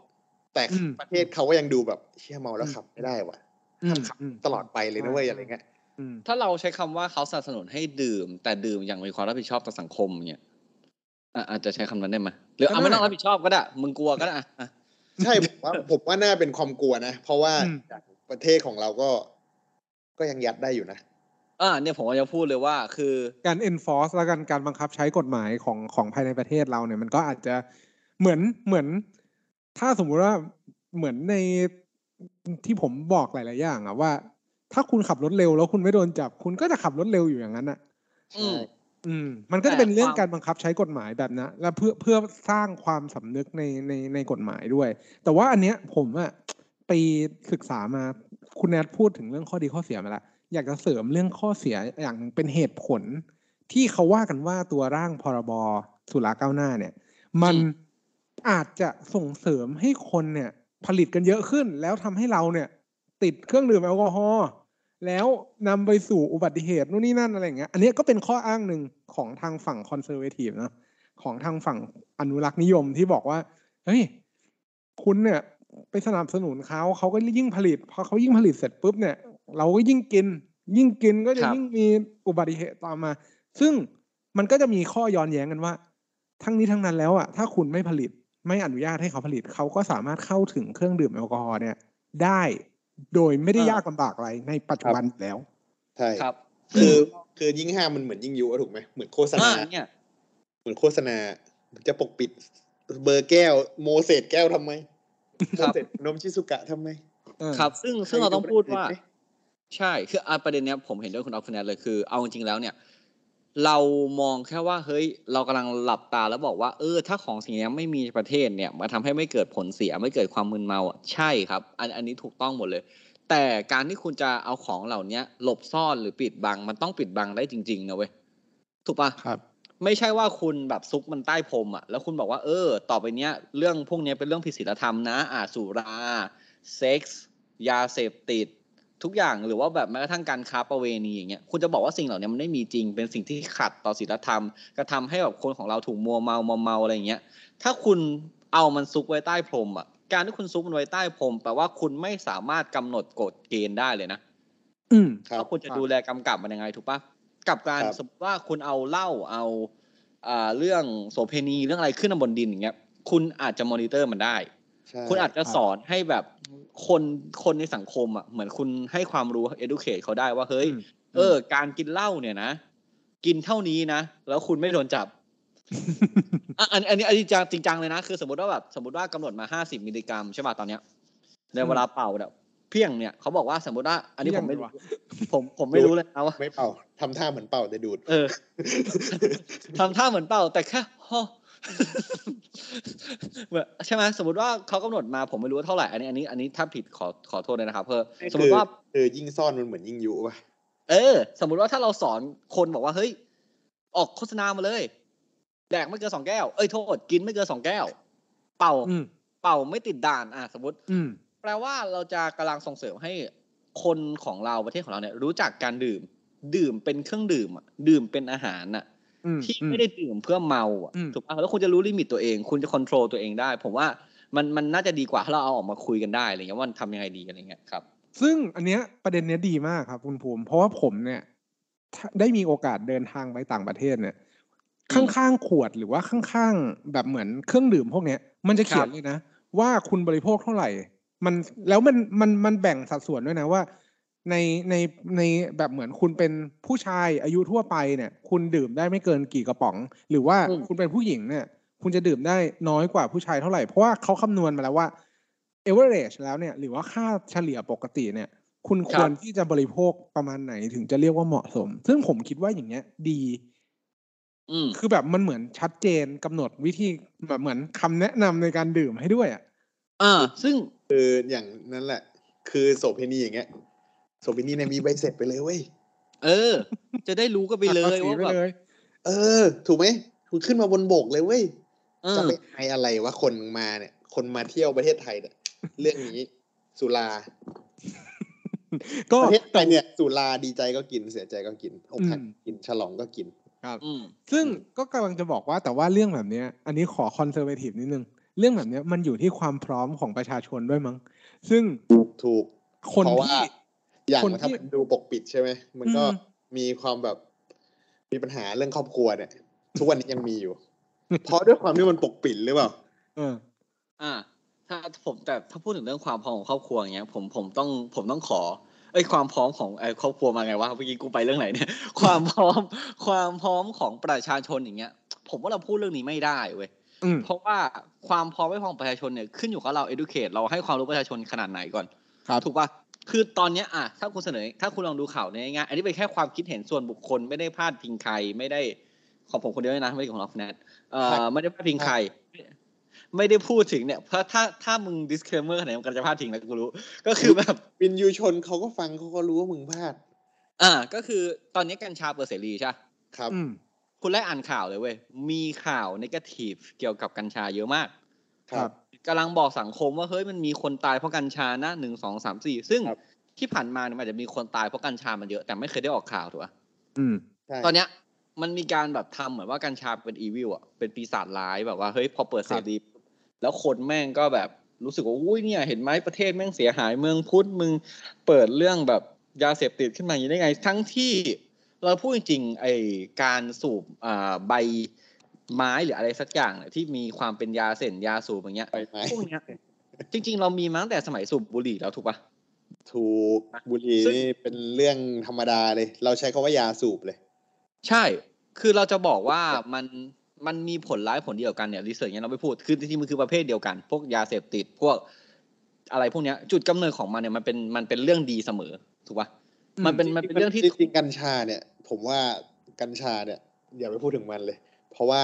Speaker 5: แต่
Speaker 3: อืม
Speaker 5: ประเทศเขาก็ยังดูแบบเชี่ยเมาแล้วขับไม่ได้ว่ะ
Speaker 3: อืม
Speaker 5: ขับ
Speaker 3: อืม
Speaker 5: ตลอดไปเลยนะเว้ยอะไรเงี้ย
Speaker 3: อืม
Speaker 4: ถ้าเราใช้คำว่าเขาสนับสนุนให้ดื่ม แต่ดื่มอย่างมีความรับผิดชอบต่อสังคมเนี่ยอ่ะอาจจะใช้คำนั้นได้ไหมหรือเอา
Speaker 3: ก็ได้
Speaker 4: ไม่ต้องรับผิดชอบก็ได้ มึงกลัวก็ได้อ่ะอ่ะ
Speaker 5: ใช่ผมว่าผมว่าน่าเป็นความกลัวนะ เพราะว่า
Speaker 3: อืม
Speaker 5: จากประเทศของเราก็ ก็ยังยัดได้อยู่นะ
Speaker 4: อ่ะเนี่ยผมจะพูดเลยว่า คือ
Speaker 3: การ enforce แล้วกันการบังคับใช้กฎหมายของของภายในประเทศเราเนี่ยมันก็อาจจะเหมือนเหมือน ถ้าสมมุติว่าเหมือนในที่ผมบอกหลาย ๆ อย่างอะว่า ถ้าคุณขับรถเร็วแล้วคุณไม่โดนจับ คุณก็จะขับรถเร็วอยู่อย่างนั้นอะ
Speaker 4: อืม
Speaker 3: อืม มันก็จะเป็น
Speaker 4: แต่
Speaker 3: เรื่อง
Speaker 4: ความ
Speaker 3: การบังคับใช้กฎหมายแบบนั้นและเพื่อเพื่อสร้างความสำนึกในในในกฎหมายด้วย แต่ว่าอันเนี้ยผมอะไปศึกษามาคุณแอดพูดถึงเรื่องข้อดีข้อเสียมาแล้ว อยากจะเสริมเรื่องข้อเสียอย่างหนึ่งเป็นเหตุผล ที่เขาว่ากันว่าตัวร่างพรบสุราก้าวหน้าเนี่ย มัน
Speaker 4: อืม
Speaker 3: อาจจะส่งเสริมให้คนเนี่ย ผลิตกันเยอะขึ้น แล้วทำให้เราเนี่ย ติดเครื่องดื่มแอลกอฮอล์แล้วนำไปสู่อุบัติเหตุนู่นนี่นั่นอะไรอย่างเงี้ยอันเนี้ยก็เป็นข้ออ้างหนึ่งของทางฝั่งคอนเซอร์เวทีฟนะของทางฝั่งอนุรักษ์นิยมที่บอกว่า เฮ้ย คุณเนี่ย ไปสนับสนุนเขาเขาก็ยิ่งผลิตพอเขายิ่งผลิตเสร็จปุ๊บเนี่ย เราก็ยิ่งกิน ยิ่งกินก็จะ
Speaker 4: ครับ
Speaker 3: ยิ่งมีอุบัติเหตุตามมา ซึ่งมันก็จะมีข้อย้อนแย้งกันว่า ทั้งนี้ทั้งนั้นแล้วอ่ะถ้าคุณไม่ผลิตไม่อนุญาตให้เขาผลิตเขาก็สามารถเข้าถึงเครื่องดื่มแอลกอฮอล์เนี่ย ได้โดยไม่ได้ยากลำบากอะไรในปัจจุบันแล้ว
Speaker 5: ใช่
Speaker 4: ครับ
Speaker 5: คือคือยิ่งห้ามมันเหมือนยิ่งยุอะถูกไหมเหมือนโฆษ
Speaker 4: อ่า
Speaker 5: ณา
Speaker 4: เนี่ย
Speaker 5: เหมือนโฆษณาจะปกปิด เบอร์แก้ว โมเสสแก้วทำไม
Speaker 4: ค
Speaker 5: โม
Speaker 4: รับ
Speaker 5: เสสนมชิซุกะทำไม
Speaker 4: ครับ ซึ่งซึ่งเราต้องพูดว่า
Speaker 5: ใครดูประเด็นไหม
Speaker 4: ใช่ คืออ่ะประเด็นเนี้ยผมเห็นด้วยคุณออฟคุณแนทเลยคือ เอาจริงๆแล้วเนี่ย เรามองแค่ว่าเฮ้ย เรากำลังหลับตาแล้วบอกว่าเออ ถ้าของสิ่งเนี้ยไม่มีในประเทศเนี่ยมันทำให้ไม่เกิดผลเสียไม่เกิดความมึนเมาอ่ะใช่ครับ อันอันนี้ถูกต้องหมดเลย แต่การที่คุณจะเอาของเหล่าเนี้ยหลบซ่อนหรือปิดบัง มันต้องปิดบังได้จริงๆนะเว้ยถูกปะ
Speaker 3: ครับ
Speaker 4: ไม่ใช่ว่าคุณแบบซุกมันใต้พรมอ่ะ แล้วคุณบอกว่าเออ ต่อไปเนี้ย เรื่องพวกเนี้ยเป็นเรื่องผิดศีลธรรมนะ อ่าสุรา เซ็กส์ ยาเสพติด ทุกอย่างหรือว่าแบบแม้กระทั่งการค้าประเวณีอย่างเงี้ย คุณจะบอกว่าสิ่งเหล่านี้มันไม่มีจริง เป็นสิ่งที่ขัดต่อศีลธรรม กระทำให้แบบคนของเราถูกมัวเมามอมเมาอะไรอย่างเงี้ย ถ้าคุณเอามันซุกไว้ใต้พรมอ่ะ การที่คุณซุกมันไว้ใต้พรมแปลว่าคุณไม่สามารถกำหนดกฎเกณฑ์ได้เลยนะ
Speaker 3: อืม
Speaker 5: ครับ
Speaker 4: ว่าคุณจะดูแลกำกับมันยังไงถูกปะกับการ
Speaker 5: ครับ
Speaker 4: สมมติว่าคุณเอาเหล้าเอาอ่าเรื่องโสเพณีเรื่องอะไรขึ้นมาบนดินอย่างเงี้ย คุณอาจจะมอนิเตอร์มันได้
Speaker 5: ใช่
Speaker 4: คุณอาจจะ
Speaker 3: ครับ
Speaker 4: สอนให้แบบคนคนในสังคมอ่ะเหมือนคุณให้ความรู้ educate เขาได้ว่าเฮ้ย เออ การกินเหล้าเนี่ยนะ กินเท่านี้นะ แล้วคุณไม่โดนจับ อ่ะอันอันนี้อันนี้จริงจริงจังเลยนะ คือสมมติว่าแบบสมมติว่ากำหนดมาห้าสิบมิลลิกรัมใช่ป่ะตอนเนี้ยในเวลาเป่าเนี่ยเพียงเนี่ยเขาบอกว่าสมมติว่าอันนี้ผมไม่รู้
Speaker 3: เพี้ยงเลยว
Speaker 4: ผมผมไม่รู้เลยนะว่า
Speaker 5: ไม่เป่าทำท่าเหมือนเป่าแต่ดูด
Speaker 4: เออ ทำท่าเหมือนเป่าแต่แค่ฮ่อ เหมือนใช่ไหมสมมติว่าเขากำหนดมาผมไม่รู้ว่าเท่าไหร่อันนี้อันนี้อันนี้ถ้าผิดขอขอโทษเลยนะครับเพอ
Speaker 5: นี่
Speaker 4: สมมติว่า
Speaker 5: คือยิ่งซ่อนมันเหมือนยิ่งยุป่ะ
Speaker 4: เออ สมมุติว่าถ้าเราสอนคนบอกว่าเฮ้ย ออกโฆษณามาเลย แดกไม่เกินสองแก้ว เอ้ยโทษกินไม่เกินสองแก้ว เป่า
Speaker 3: อืม
Speaker 4: เป่าไม่ติดด่านอ่ะสมมติ
Speaker 3: อืม
Speaker 4: แปลว่าเราจะกำลังส่งเสริมให้คนของเราประเทศของเราเนี่ย รู้จักการดื่ม ดื่มเป็นเครื่องดื่มอะดื่มเป็นอาหารอะ
Speaker 3: อืม
Speaker 4: ที่ไม่ได้ดื่มเพื่อเมาอะ
Speaker 3: อืม
Speaker 4: ถูกป่ะแล้วคุณจะรู้ลิมิตตัวเอง คุณจะควบคุมตัวเองได้ ผมว่ามันมันน่าจะดีกว่าถ้าเราเอาออกมาคุยกันได้อะไรเงี้ยว่ามันทำยังไงดีอะไรเงี้ยครับ
Speaker 3: ซึ่งอันเนี้ยประเด็นเนี้ยดีมากครับคุณภูมิ เพราะว่าผมเนี่ยถ้าได้มีโอกาสเดินทางไปต่างประเทศเนี่ย
Speaker 4: อื
Speaker 3: ข้
Speaker 4: ม
Speaker 3: างๆขวดหรือว่าข้างๆแบบเหมือนเครื่องดื่มพวกเนี้ย มันจะเขียน
Speaker 4: ครับ
Speaker 3: เลยนะ ว่าคุณบริโภคเท่าไหร่ มันแล้วมันมันมันแบ่งสัดส่วนด้วยนะว่า ในในในแบบเหมือนคุณเป็นผู้ชายอายุทั่วไปเนี่ย คุณดื่มได้ไม่เกินกี่กระป๋อง หรือว่า
Speaker 4: อืม
Speaker 3: คุณเป็นผู้หญิงเนี่ย คุณจะดื่มได้น้อยกว่าผู้ชายเท่าไหร่ เพราะว่าเขาคำนวณมาแล้วว่า average แล้วเนี่ย หรือว่าค่าเฉลี่ยปกติเนี่ย คุณควรที่จะบริโภคประมาณไหนถึงจะเรียกว่าเหมาะสม ซึ่งผมคิดว่าอย่างเงี้ยดี
Speaker 4: อืม
Speaker 3: คือแบบมันเหมือนชัดเจนกำหนดวิธีแบบเหมือนคำแนะนำในการดื่มให้ด้วยอ่ะ
Speaker 4: อ่า ซึ่ง
Speaker 5: คืออย่างนั้นแหละ คือโสเภณีอย่างเงี้ยโสเภณีเนี่ยมีใบเสร็จไปเลยเว้ย
Speaker 4: เออ จะได้รู้กันไปเลย ว่าแบบ
Speaker 5: เออ ถูกไหมคุณขึ้นมาบนบกเลยเว้ย
Speaker 4: เออ
Speaker 5: จะไปไออะไรวะคนมาเนี่ย คนมาเที่ยวประเทศไทยเนี่ย เรื่องนี้สุรา
Speaker 3: ก็
Speaker 5: ประเทศไทยเนี่ยสุราดีใจก็กินเสียใจก็กินอกหักกินฉลองก็กิน
Speaker 4: อืม
Speaker 3: ซึ่งก็กำลังจะบอกว่าแต่ว่าเรื่องแบบเนี้ย อันนี้ขอคอนเซอร์เวทีฟนิดนึง เรื่องแบบเนี้ยมันอยู่ที่ความพร้อมของประชาชนด้วยมั้ง ซึ่ง
Speaker 5: ถูก
Speaker 3: คน
Speaker 5: เพราะว่า
Speaker 3: ที่
Speaker 5: อย่าง
Speaker 3: คนที่
Speaker 5: ถ้าดูปกปิดใช่ไหมมันก็
Speaker 3: อืม
Speaker 5: มีความแบบมีปัญหาเรื่องครอบครัวเนี่ย ทุกวันนี้ยังมีอยู่ เพราะด้วยความที่มันปกปิดหรือเปล่า
Speaker 3: เออ
Speaker 4: อ่า ถ้าผมแต่ถ้าพูดถึงเรื่องความพร้อมของครอบครัวอย่างเงี้ย ผมผมต้องผมต้องขอไอ้ยความพร้อมของไอ้ครอบครัวมาไงวะเมื่อกี้กูไปเรื่องไหนเนี่ย ความพร้อมความพร้อมของประชาชนอย่างเงี้ย ผมว่าเราพูดเรื่องนี้ไม่ได้เว้ย
Speaker 3: อืม
Speaker 4: เพราะว่าความพร้อมไม่พร้อมของประชาชนเนี่ยขึ้นอยู่กับเรา educate เราให้ความรู้ประชาชนขนาดไหนก่อน
Speaker 3: ครับ
Speaker 4: ถูกปะคือตอนเนี้ยอ่ะถ้าคุณเสนอ ถ้าคุณลองดูข่าวในง่ายๆอันนี้เป็นแค่ความคิดเห็นส่วนบุคคลไม่ได้พาดพิงใครไม่ได้ของผมคนเดียวด้วยนะไม่ได้ของล็อกแนทเอ่
Speaker 5: ครับ
Speaker 4: อไม่ได้พาดพิงใคร ไม่ได้พูดถึงเนี่ยเพราะถ้าถ้ามึง disclaimer ขนาดนี้มันก็จะพาดพิงแล้วกูรู้ ก็คือแบบ
Speaker 5: วินยูชนเขาก็ฟังเขาก็รู้ว่ามึงพลาด
Speaker 4: อ่า ก็คือตอนนี้กัญชาเปิดเสรีใช่ปะ
Speaker 5: ครับ
Speaker 3: อืม
Speaker 4: คุณไล่อ่านข่าวเลยเว้ยมีข่าวนิเกทีฟเกี่ยวกับกัญชาเยอะมาก
Speaker 5: ครับ
Speaker 4: กำลังบอกสังคมว่าเฮ้ยมันมีคนตายเพราะกัญชานะหนึ่งสองสามสี่ซึ่ง
Speaker 5: ครับ
Speaker 4: ที่ผ่านมาเนี่ยมันอาจจะมีคนตายเพราะกัญชามันเยอะแต่ไม่เคยได้ออกข่าวถูกปะ
Speaker 3: อืม
Speaker 5: ใช่
Speaker 4: ตอนเนี้ยมันมีการแบบทำเหมือนว่ากัญชาเป็นอีวิลอ่ะเป็นปีศาจร้ายแบบว่าเฮ้ยพอเปิดเสรีแล้วคนแม่งก็แบบรู้สึกว่าอุ้ยเนี่ยเห็นไหมประเทศแม่งเสียหายเมืองพุทธมึงเปิดเรื่องแบบยาเสพติดขึ้นมาอย่างนี้ได้ไง ทั้งที่เราพูดจริงๆไอการสูบอ่าใบไม้หรืออะไรสักอย่างเนี่ยที่มีความเป็นยาเสนยาสูบอย่างเงี้ย
Speaker 5: ไปไหม
Speaker 4: พวกเนี้ยจริง ๆ เรามีมาตั้งแต่สมัยสูบบุหรี่แล้วถูกปะ
Speaker 5: ถูกบุหรี่
Speaker 4: ซึ่ง
Speaker 5: นี่เป็นเรื่องธรรมดาเลย เราใช้คาว่ายาสูบเลย
Speaker 4: ใช่ คือเราจะบอกว่ามันมันมีผลร้ายผลเดียวกันเนี่ยรีเสิร์ชเนี่ยเราไม่พูด คือจริงๆมันคือประเภทเดียวกัน พวกยาเสพติดพวกอะไรพวกเนี้ยจุดกำเนิดของมันเนี่ยมันเป็นมันเป็นเรื่องดีเสมอถูกปะ
Speaker 3: อืม
Speaker 4: มันเป็นมันเป็นเรื่องที่
Speaker 5: จริงๆกัญชาเนี่ย ผมว่ากัญชาเนี่ยอย่าไปพูดถึงมันเลย เพราะว่า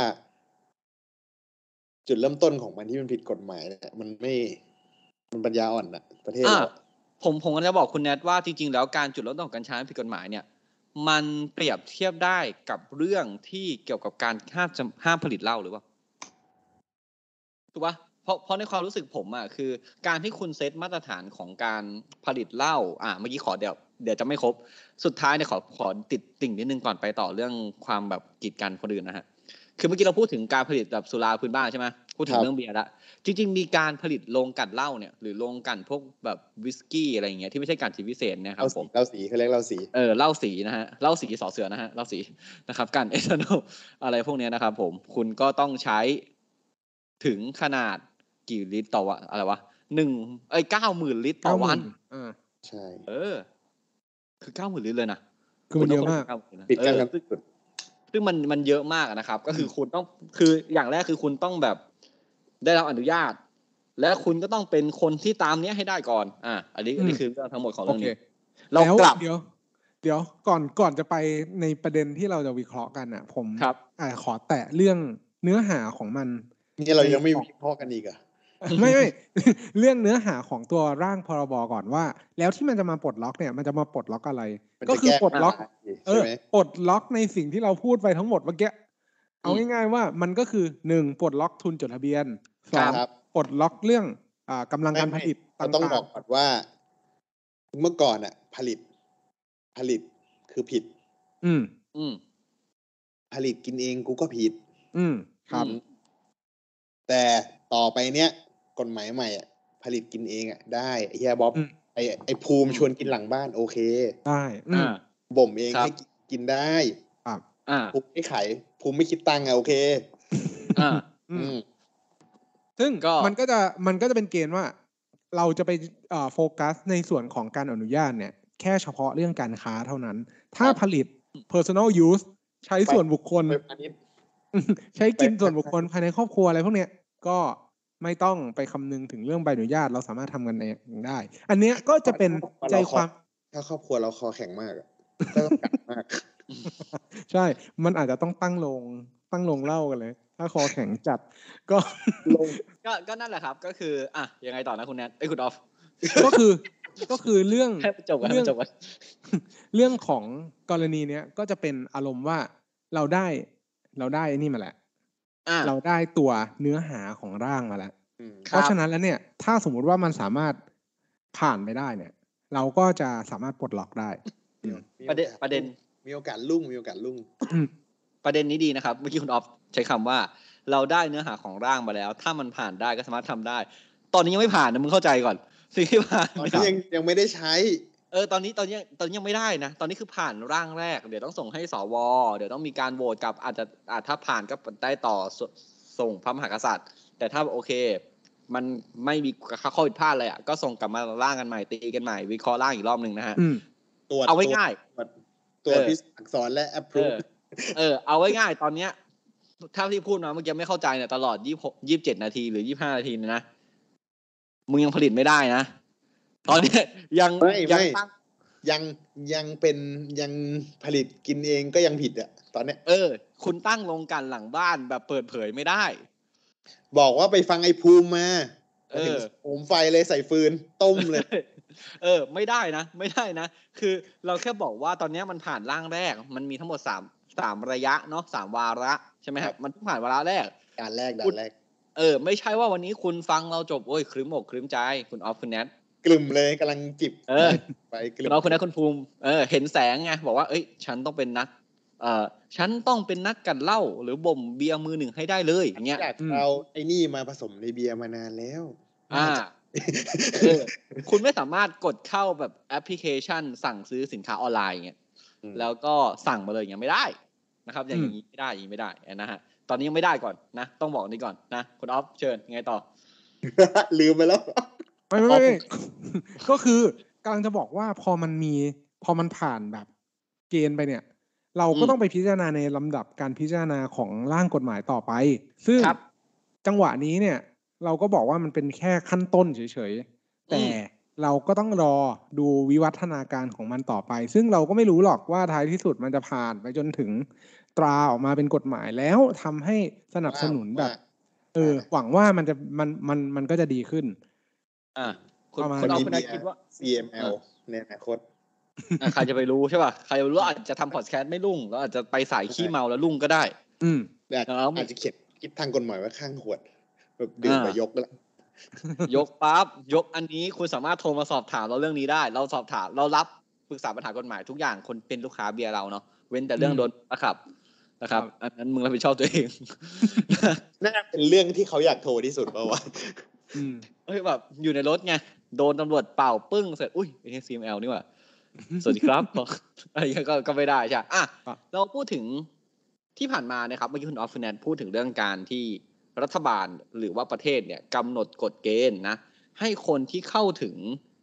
Speaker 5: จุดเริ่มต้นของมันที่มันผิดกฎหมายเนี่ยมันไม่ มันปัญญาอ่อนนะประเทศ
Speaker 4: อ่า
Speaker 5: เรา
Speaker 4: ผมผมก็จะบอกคุณแนทว่าจริง ๆ แล้วการจุดเริ่มต้นของกัญชาผิดกฎหมายเนี่ย มันเปรียบเทียบได้กับเรื่องที่เกี่ยวกับการห้ามจำห้ามผลิตเหล้าหรือเปล่า ถูกปะเพราะเพราะในความรู้สึกผมอ่ะคือ การที่คุณเซตมาตรฐานของการผลิตเหล้าอ่ะเมื่อกี้ขอเดี๋ยวเดี๋ยวจะไม่ครบ สุดท้ายเนี่ยขอขอติดติ่งนิดนึงก่อนไปต่อเรื่องความแบบกีดกันคนอื่นนะฮะคือเมื่อกี้เราพูดถึงการผลิตแบบสุราพื้นบ้านใช่ไหมพูดถึงเรื่องเบียร์ละจริง ๆ มีการผลิตโรงกลั่นเหล้าเนี่ยหรือโรงกลั่นพวกแบบวิสกี้อะไรอย่างเงี้ยที่ไม่ใช่กลั่นสีพิเศษเนะครั
Speaker 5: เรา
Speaker 4: บผ
Speaker 5: สี
Speaker 4: ม
Speaker 5: เราสีเขาเรียกเราสี
Speaker 4: เออเหล่าสีนะฮะเหล่าสีสอเสือนะฮะเหล่าสีนะครับ การเอทานอลอะไรพวกเนี้ยนะครับผมคุณก็ต้องใช้ถึงขนาดกี่ลิตรต่อวันอะไรวะหนึ่งเอ้ยเก้าหมื่นลิตรต่อวัน
Speaker 3: อ่า
Speaker 5: ใช่
Speaker 4: เออ คือเก้าหมื่นลิตรเลยนะ
Speaker 3: คือมันเยอะมาก
Speaker 4: คุณต้งคน90,000
Speaker 5: ปิดกัน
Speaker 4: เออ
Speaker 5: กันสุด
Speaker 4: ซึ่งมันมันเยอะมากอะนะครับ ก็คือคุณต้องคืออย่างแรกคือคุณต้องแบบได้รับอนุญาต และคุณก็ต้องเป็นคนที่ตามเนี้ยให้ได้ก่อน อ่ะอันนี้อันนี้
Speaker 3: อืม
Speaker 4: คือเรื่องทั้งหมดของ
Speaker 3: โอ
Speaker 4: เรื่อง
Speaker 3: เค
Speaker 4: นี้ เรา
Speaker 3: แล้ว
Speaker 4: กลับ
Speaker 3: เดี๋ยว เดี๋ยวก่อนก่อนจะไปในประเด็นที่เราจะวิเคราะห์กันอ่ะ ผม
Speaker 4: ครับ
Speaker 3: อ่าขอแตะเรื่องเนื้อหาของมัน
Speaker 5: นี่เรายังไม่วิเคราะห์กันอีกเหรอ่ะ
Speaker 3: ไม่ไม่ เรื่องเนื้อหาของตัวร่างพรบก่อนว่า แล้วที่มันจะมาปลดล็อกเนี่ยมันจะมาปลดล็อกอะไร
Speaker 5: มัน
Speaker 3: ก็
Speaker 5: จะ
Speaker 3: คือ
Speaker 5: แ
Speaker 3: ปลดล็อก
Speaker 5: ปัญหา
Speaker 3: เอ
Speaker 5: ใช่
Speaker 3: อ
Speaker 5: ไหม
Speaker 3: ปลดล็อกในสิ่งที่เราพูดไปทั้งหมดเมื่อกี้เอาง่ายๆว่ามันก็คือหนึ่งปลดล็อกทุนจดทะเบียนสอง
Speaker 5: ครับ
Speaker 3: ปลดล็อกเรื่องอ่ากำลังการผลิต
Speaker 5: เราต้อง
Speaker 3: ต่า
Speaker 5: บอง กก่อนว่า เมื่อก่อนอะผลิต ผลิตคือผิด
Speaker 3: ๆอืม
Speaker 4: อืม
Speaker 5: ผลิตกินเองกูก็ผิด
Speaker 3: อืมครับ
Speaker 4: อืม
Speaker 5: แต่ต่อไปเนี้ยกฎหมายใหม่อะผลิตกินเองอะได้ไอ้เฮียบ๊อบ
Speaker 3: อืม
Speaker 5: ไอไอภูมิชวนกินหลังบ้านโอเค
Speaker 3: ได้อืม
Speaker 4: อ่า
Speaker 5: บ่มเอง
Speaker 4: ครับ
Speaker 5: ให้กินได้
Speaker 4: อ่า
Speaker 5: ภูมิไม่ขายภูมิไม่คิดตังค์อะโอเค
Speaker 4: อ่า
Speaker 5: อืม
Speaker 3: ซึ่ง
Speaker 4: ก็
Speaker 3: มันก็จะมันก็จะเป็นเกณฑ์ว่า เราจะไปเอ่อโฟกัสในส่วนของการอนุญาตเนี่ย แค่เฉพาะเรื่องการค้าเท่านั้น ถ้าผลิต personal use ใช้ส่วนบุคคล
Speaker 5: ไปพาณิชย์
Speaker 3: ใช้กิน
Speaker 5: ไป
Speaker 3: ส่วนบุคคลภายในครอบครัวอะไรพวกเนี้ยก็ไม่ต้องไปคำนึงถึงเรื่องใบอนุญาตเราสามารถทำกันเองได้ อันเนี้ยก็จะเป็นใจความ
Speaker 5: ถ้าครอบครัวเราคอแข็งมากอะก็ต้องกัดมาก
Speaker 3: ใช่ มันอาจจะต้องตั้งลงตั้งลงเล่ากันเลย ถ้าคอแข็งจัดก็
Speaker 5: ลง
Speaker 4: ก็ก็นั่นแหละครับ ก็คือ อ่ะยังไงต่อนะคุณแนทไอ้ยคุณออฟ
Speaker 3: ก็คือก็คือเรื่อง
Speaker 4: ให้มันจบกันให้มันจบกัน
Speaker 3: เรื่องของกรณีเนี้ยก็จะเป็นอารมณ์ว่าเราได้เราได้ไอ้นี่มาแล้ว
Speaker 4: อ่า
Speaker 3: เราได้ตัวเนื้อหาของร่างมาแล้ว
Speaker 5: อืม
Speaker 3: เพราะฉะนั้นแล้วเนี่ย ถ้าสมมุติว่ามันสามารถผ่านไปได้เนี่ย เราก็จะสามารถปลดล็อก ได้
Speaker 4: ประเด็นประเด็น
Speaker 5: มีโอกาสลุ่งมีโอกาสลุ่ง
Speaker 4: ประเด็นนี้ดีนะครับ เมื่อกี้คุณออฟใช้คำว่า เราได้เนื้อหาของร่างมาแล้ว ถ้ามันผ่านได้ก็สามารถทำได้ ตอนนี้ยังไม่ผ่านนะมึงเข้าใจก่อน สิ่งที่ผ่าน
Speaker 5: ตอน
Speaker 4: ไม่
Speaker 5: นี้
Speaker 4: ได้
Speaker 5: ยังยังไม่ได้ใช้
Speaker 4: เออตอนนี้ตอนนี้ตอนนี้ยังไม่ได้นะ ตอนนี้คือผ่านร่างแรก เดี๋ยวต้องส่งให้สวเดี๋ยวต้องมีการโหวตกับอาจจะอาจถ้าผ่านก็ได้ต่อสส่งพระมหากษัตริย์ แต่ถ้าโอเค มันไม่มีข้อผิดพลาดเลยอ่ะก็ส่งกลับมาร่างกันใหม่ตีกันใหม่วิเคราะห์ร่างอีกรอบหนึ่งนะฮะ
Speaker 3: อืม
Speaker 5: ตรวจ
Speaker 4: เอาไว้ง่าย
Speaker 5: ตรวจตรวจ
Speaker 4: เออ
Speaker 5: พิสูจน์อักษรและ
Speaker 4: เออ
Speaker 5: approve
Speaker 4: เออ เอาไว้ง่ายตอนเนี้ยถ้าที่พูดมาเมื่อกี้ไม่เข้าใจเนี่ยตลอดยี่สิบเจ็ดนาทีหรือยี่ห้านาทีเนี่ยนะ มึงยังผลิตไม่ได้นะ ตอนเนี้ยยัง
Speaker 5: ไม่
Speaker 4: ยั
Speaker 5: ไม่
Speaker 4: ตั้ง
Speaker 5: ยังยังเป็นยังผลิตกินเองก็ยังผิดอ่ะ ตอนเนี้ย
Speaker 4: เออ คุณตั้งโรงกลันหลังบ้านแบบเปิดเผยไม่ได้
Speaker 5: บอกว่าไปฟังไอ้ภูมิมา
Speaker 4: เออ
Speaker 5: โอมไฟเลยใส่ฟืน ต้มเลย
Speaker 4: เออ ไม่ได้นะ ไม่ได้นะ คือเราแค่บอกว่าตอนเนี้ยมันผ่านร่างแรก มันมีทั้งหมดสามสามระยะเนาะสามวาระใช่ไหมค
Speaker 5: ครั
Speaker 4: รับ บ มันเพิ่งผ่านวาระแรก
Speaker 5: ด่านแรกด่า
Speaker 4: พูด
Speaker 5: นแรก
Speaker 4: เออ ไม่ใช่ว่าวันนี้คุณฟังเราจบโอ้ยครึ้มอกครึ้มใจคุณออฟคุณแนท
Speaker 5: กลุ่มเลยกำลังจิบ
Speaker 4: เออ
Speaker 5: ไปกลุ่
Speaker 4: คุ
Speaker 5: ม
Speaker 4: ณน้องคุณนัทคุณภูมิเออเห็นแสงไงบอกว่า เอ้ย ฉันต้องเป็นนักเอ่อฉันต้องเป็นนักกันเหล้าหรือบ่มเบียร์มือหนึ่งให้ได้เลยอย่างเงี้ย
Speaker 5: จากเราไอ้นี่มาผสมในเบียร์มานานแล้ว
Speaker 4: อ่าเออคุณไม่สามารถกดเข้าแบบแอปพลิเคชัน สั่งซื้อสินค้าออนไลน์อย่างเงี้ย
Speaker 5: อืม
Speaker 4: แล้วก็สั่งมาเลยอย่างเงี้ยไม่ได้นะครับ อย่าง
Speaker 3: อืม
Speaker 4: อย่างนี้ไม่ได้อย่างนี้ไม่ได้นะฮะตอนนี้ยังไม่ได้ก่อนนะ ต้องบอกนี้ก่อนนะคุณออฟเชิญยังไงต่อ
Speaker 5: ลืมไปแล้ว
Speaker 3: ไม่ไม่ไม่ไม่ ก็คือกำลังจะบอกว่าพอมันมีพอมันผ่านแบบเกณฑ์ไปเนี่ย เราก็
Speaker 4: อืม
Speaker 3: ต้องไปพิจารณาในลำดับการพิจารณาของร่างกฎหมายต่อไป ซึ่ง
Speaker 4: ครับ
Speaker 3: จังหวะนี้เนี่ย เราก็บอกว่ามันเป็นแค่ขั้นต้นเฉยๆ แต่เราก็ต้องรอดูวิวัฒนาการของมันต่อไป ซึ่งเราก็ไม่รู้หรอกว่าท้ายที่สุดมันจะผ่านไปจนถึงตราออกมาเป็นกฎหมายแล้วทำให้สนับสนุนแบบ
Speaker 5: ว่า
Speaker 3: เออ หวังว่ามันจะมันมันมันก็จะดีขึ้น
Speaker 4: อ่าคุณ
Speaker 3: ประมาณ
Speaker 4: คุณออฟ
Speaker 5: นี้
Speaker 4: คุณนัทคิดว่า
Speaker 5: CML ในอนาคต
Speaker 4: อ่ะใครจะไปรู้ใช่ป่ะใครจะไปรู้ว่าอาจจะทำพอดแคสต์ไม่รุ่งแล้วอาจจะไปสายขี้เมาแล้วรุ่งก็ได้
Speaker 3: อืม
Speaker 5: แต่อาจ
Speaker 4: เอาไม่
Speaker 5: อาจจะเขียนคิดทางกฎหมายไว้ข้างขวด แบบดื่ม
Speaker 4: อ่า
Speaker 5: ไปยกแล้ว
Speaker 4: ยกปั๊บยกอันนี้คุณสามารถโทรมาสอบถามเราเรื่องนี้ได้ เราสอบถามเรารับปรึกษาปัญหากฎหมายทุกอย่างคนเป็นลูกค้าเบียร์เราเนาะเว้นแต่เรื่อง
Speaker 3: อืม
Speaker 4: โดนนะครับนะครับ อันนั้นมึงรับผิดชอบตัวเอง
Speaker 5: น่าเป็นเรื่องที่เขาอยากโทรที่สุดเปล่าวะ
Speaker 3: อืม
Speaker 4: เฮ้ยแบบอยู่ในรถไงโดนตำรวจเป่าปึ้งเสร็จอุ้ยไอ้ซีเอ็มเอลนี่หว่า สวัสดีครับ อะไรอย่างเงี้ยก็ก็ไม่ได้ใช่ปะอ่ะ
Speaker 3: ครับ
Speaker 4: เราพูดถึงที่ผ่านมานะครับเมื่อกี้คุณออฟฟินแนนพูดถึงเรื่องการที่รัฐบาลหรือว่าประเทศเนี่ยกำหนดกฎเกณฑ์นะ ให้คนที่เข้าถึง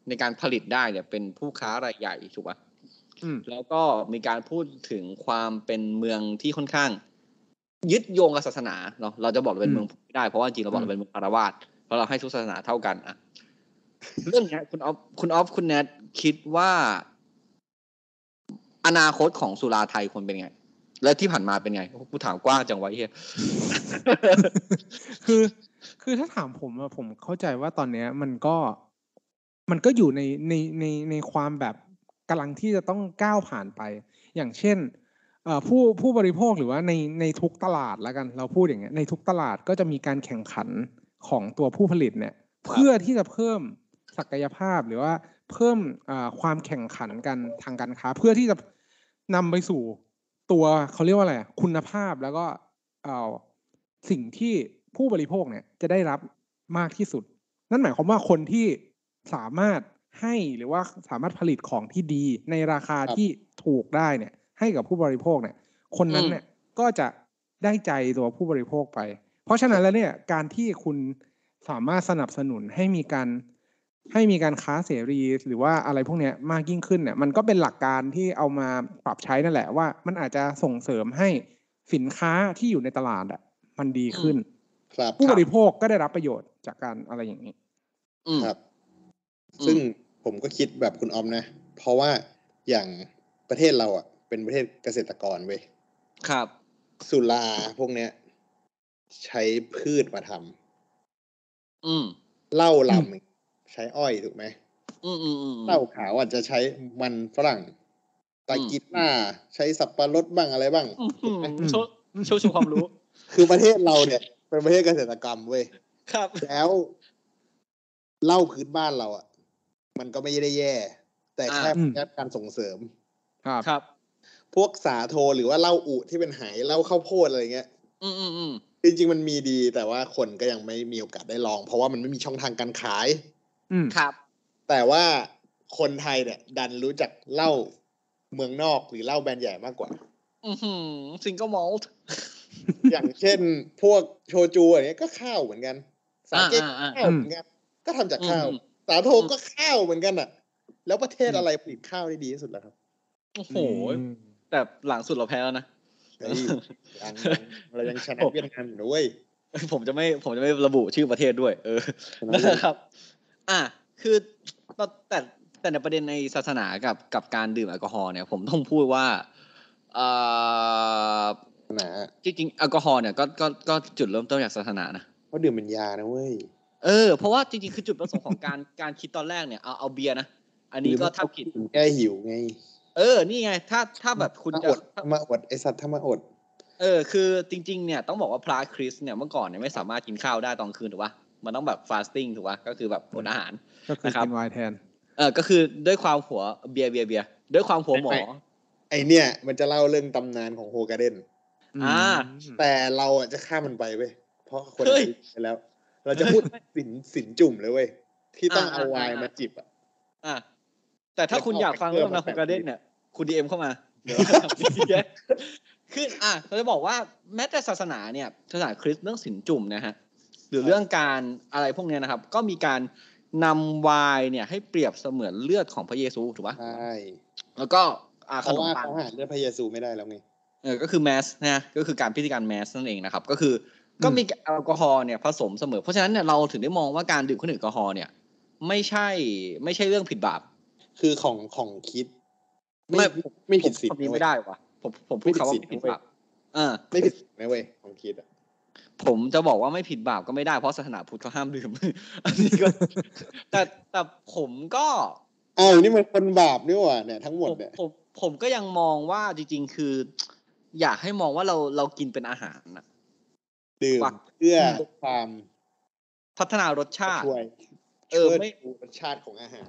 Speaker 4: ในการผลิตได้เนี่ยเป็นผู้ค้ารายใหญ่ถูกปะ
Speaker 3: อืม
Speaker 4: แล้วก็มีการพูดถึงความเป็นเมืองที่ค่อนข้าง ยึดโยงกับศาสนาเนาะเราจะบอกเราเป็นเมืองพุทธไม่ได้เพราะว่าจริงๆเราบอกเราเป็นเมืองคารวาสเพราะเราให้ทุกศาสนาเท่ากันอะเรื่องเนี้ยคุณออฟคุณออฟคุณแนทคิดว่า อนาคตของสุราไทยควรเป็นไง และที่ผ่านมาเป็นไงกูถามกว้างจังไวะไอ้เฮีย
Speaker 3: คือ คือถ้าถามผมอะผมเข้าใจว่าตอนเนี้ยมันก็มันก็อยู่ในในในในความแบบกำลังที่จะต้องก้าวผ่านไป อย่างเช่นเอ่อผู้ผู้บริโภคหรือว่าในในทุกตลาดแล้วกัน เราพูดอย่างเงี้ยในทุกตลาดก็จะมีการแข่งขันของตัวผู้ผลิตเนี่ย เพื่อที่จะเพิ่มศักยภาพหรือว่าเพิ่มเอ่อความแข่งขันกันทางการค้า เพื่อที่จะนำไปสู่ตัวเขาเรียกว่าอะไรอะคุณภาพแล้วก็ เอ่อสิ่งที่ผู้บริโภคเนี่ยจะได้รับมากที่สุด นั่นหมายความว่าคนที่สามารถให้หรือว่าสามารถผลิตของที่ดีในราคา
Speaker 5: ครับ
Speaker 3: ที่ถูกได้เนี่ย ให้กับผู้บริโภคเนี่ย คนนั้นเนี่ยก็จะได้ใจตัวผู้บริโภคไป เพราะฉะนั้นแล้วเนี่ยการที่คุณสามารถสนับสนุนให้มีการให้มีการค้าเสรี หรือว่าอะไรพวกเนี้ยมากยิ่งขึ้นเนี่ยมันก็เป็นหลักการที่เอามาปรับใช้นั่นแหละว่า มันอาจจะส่งเสริมให้สินค้าที่อยู่ในตลาดอะมันดีขึ้น
Speaker 5: ครับ
Speaker 3: ผู้บริโภคก็ได้รับประโยชน์จากการอะไรอย่างนี้
Speaker 4: อืม
Speaker 5: ครับ
Speaker 4: อืม
Speaker 5: ซึ่งผมก็คิดแบบคุณออมนะ เพราะว่าอย่างประเทศเราอ่ะ เป็นประเทศเกษตรกรเว้ย
Speaker 4: ครับ
Speaker 5: สุราพวกเนี้ย ใช้พืชมาทำ
Speaker 4: อืม
Speaker 5: เหล้าลำใช้อ้อยถูกไหม
Speaker 4: อืมอืมอืมอืม
Speaker 5: เหล้าขาวอาจจะใช้มันฝรั่งตากีต้าใช้สับปะรดบ้างอะไรบ้าง
Speaker 4: อืมอืมช่วยช่วยชูความรู้
Speaker 5: คือประเทศเราเนี่ย เป็นประเทศเกษตรกรรมเว้ย
Speaker 4: ครับ
Speaker 5: แล้วเหล้าพื้นบ้านเราอ่ะ มันก็ไม่ได้แย่ แต่แค่
Speaker 4: อ่า
Speaker 3: อืม
Speaker 5: แค่การส่งเสริม
Speaker 3: ครับ
Speaker 4: ครับ
Speaker 5: พวกสาโทหรือว่าเหล้าอุที่เป็นไหายเหล้าข้าวโพดอะไรเงี้ย
Speaker 4: อืมอืมอืม
Speaker 5: จริงๆมันมีดีแต่ว่าคนก็ยังไม่มีโอกาสได้ลอง เพราะว่ามันไม่มีช่องทางการขาย
Speaker 3: อืม
Speaker 4: ครับ
Speaker 5: แต่ว่าคนไทยเนี่ย ดันรู้จักเหล้าเมืองนอกหรือเหล้าแบรนด์ใหญ่มากกว่า
Speaker 4: อืมซิงเกิลมอลต์
Speaker 5: อย่างเช่น พวกโชจูอะไรเงี้ยก็ข้าวเหมือนกัน สาเกก็ข้าวเหมือนกันก็ทำจากข้าว สาโทก็ข้าวเหมือนกันอ่ะ แล้วประเทศอะไรผลิตข้าวได้ดีที่สุดล่ะครับ
Speaker 4: โอ้โห
Speaker 3: อืม
Speaker 4: แต่หลังสุดเราแพ้แล้วนะ
Speaker 5: เฮ้ยยังยังเรายังชนะเวียดนามอยู่นะเว้ย
Speaker 4: ผมจะไม่ผมจะไม่ระบุชื่อประเทศด้วย เออ นะครับ อ่ะ คือแต่แต่แต่ในประเด็นในศาสนากับกับการดื่มแอลกอฮอล์เนี่ย ผมต้องพูดว่าเอ่อ
Speaker 5: นะฮะ
Speaker 4: จริงๆแอลกอฮอล์เนี่ยก็ก็ก็จุดเริ่มต้นจากศาสนานะ
Speaker 5: เพราะดื่มเป็นยานะเว้ย
Speaker 4: เออ เพราะว่าจริงๆ คือจุดประสงค์ของการ การคิดตอนแรกเนี่ยเอาเอาเบียร์นะ อันนี้ก็ถ้าผิด
Speaker 5: แก้หิวไง
Speaker 4: เออ นี่ไง ถ้าถ้าแบบคุณ
Speaker 5: มา
Speaker 4: จะ
Speaker 5: อดมาอดไอสัตว์ถ้ามาอด
Speaker 4: เออ คือจริง ๆ เนี่ยต้องบอกว่าพระคริสต์เนี่ยเมื่อก่อนเนี่ยไม่สามารถกินข้าวได้ตอนคืนถูกปะมันต้องแบบฟาสติ้งถูกปะก็คือแบบอดอาหาร
Speaker 3: ก็คือ
Speaker 4: นะครับ
Speaker 3: กินไวน์แทน
Speaker 4: เออ ก็คือด้วยความหัวเบียร์เบียร์เบียร์ด้วยความหัวหมอ
Speaker 5: ไม่ ไอเนี่ย มันจะเล่าเรื่องตำนานของโฮกาเดน
Speaker 4: อ่า
Speaker 5: แต่เราอ่ะจะข้ามมันไปเว้ย เพราะคน
Speaker 4: เฮ้ย
Speaker 5: อายุไปแล้ว เราจะพูดสินสินจุ่มเลยเว้ย ที่ต้อง
Speaker 4: อ่า
Speaker 5: เอาไวน์
Speaker 4: อ่า
Speaker 5: มาจิบอ่ะ
Speaker 4: อ่ะแต่ถ้าคุณอยากฟังเรื่องราวของกาเด้นเนี่ย คุณดีเอ็มเข้ามาเดี๋ยว คืออ่ะเราจะบอกว่าแม้แต่ศาสนาเนี่ยศาสนาคริสต์เรื่องศีลจุ่มนะฮะหรือเรื่องการอะไรพวกเนี้ยนะครับ ก็มีการนำไวายเนี่ย ให้เปรียบเสมือนเลือดของพระเยซูถูกปะ
Speaker 5: ใช่
Speaker 4: แล้วก็อ่า
Speaker 5: เพ
Speaker 4: ข
Speaker 5: ราะ
Speaker 4: นม
Speaker 5: ว่า
Speaker 4: ปัง
Speaker 5: เขาหาเลือดพระเยซูไม่ได้แล้วไง
Speaker 4: เออก็คือแมสนะก็คือการพิธีการแมสนั่นเองนะครับ ก็คือก็มีแอลกอฮอล์เนี่ยผสมเสมอ เพราะฉะนั้นเนี่ยเราถึงได้มองว่าการดื่มเครื่องดื่มแอลกอฮอล์เนี่ยไม่ใช่ไม่ใช่เรื่องผิดบาป
Speaker 5: คือของของคิด
Speaker 4: ไม่
Speaker 5: ไม่ไม่ผิดศีล
Speaker 4: ผมทำนี้
Speaker 5: นะเว้
Speaker 4: ไม่
Speaker 5: ย
Speaker 4: ได้วะผมผมพูดคำว่า
Speaker 5: ไม่
Speaker 4: ไม่ผิ
Speaker 5: ผิ
Speaker 4: ด
Speaker 5: ดศีล
Speaker 4: บาปเออ
Speaker 5: ไม่ผิดศีลนะเว้ยของคิดอ่ะ
Speaker 4: ผมจะบอกว่าไม่ผิดบาปก็ไม่ได้เพราะศาสนาพุทธเขาห้าม ดื่ม อันนี้ก็ แต่แต่ผมก็
Speaker 5: อ้าวนี่มันคนบาปนี่หว่าเนี่ยทั้งหม
Speaker 4: ผ
Speaker 5: ด
Speaker 4: ม
Speaker 5: เนี่ย
Speaker 4: ผมผมก็ยังมองว่าจริง ๆ คือ อยากให้มองว่าเราเรากินเป็นอาหารนะ
Speaker 5: ดื่ม
Speaker 4: ว่ะ
Speaker 5: เพื่อความ
Speaker 4: พัฒนารสชาติ
Speaker 5: ช่วย
Speaker 4: เออ
Speaker 5: ช่วย
Speaker 4: ไม่
Speaker 5: ดูรสชาติของอาหาร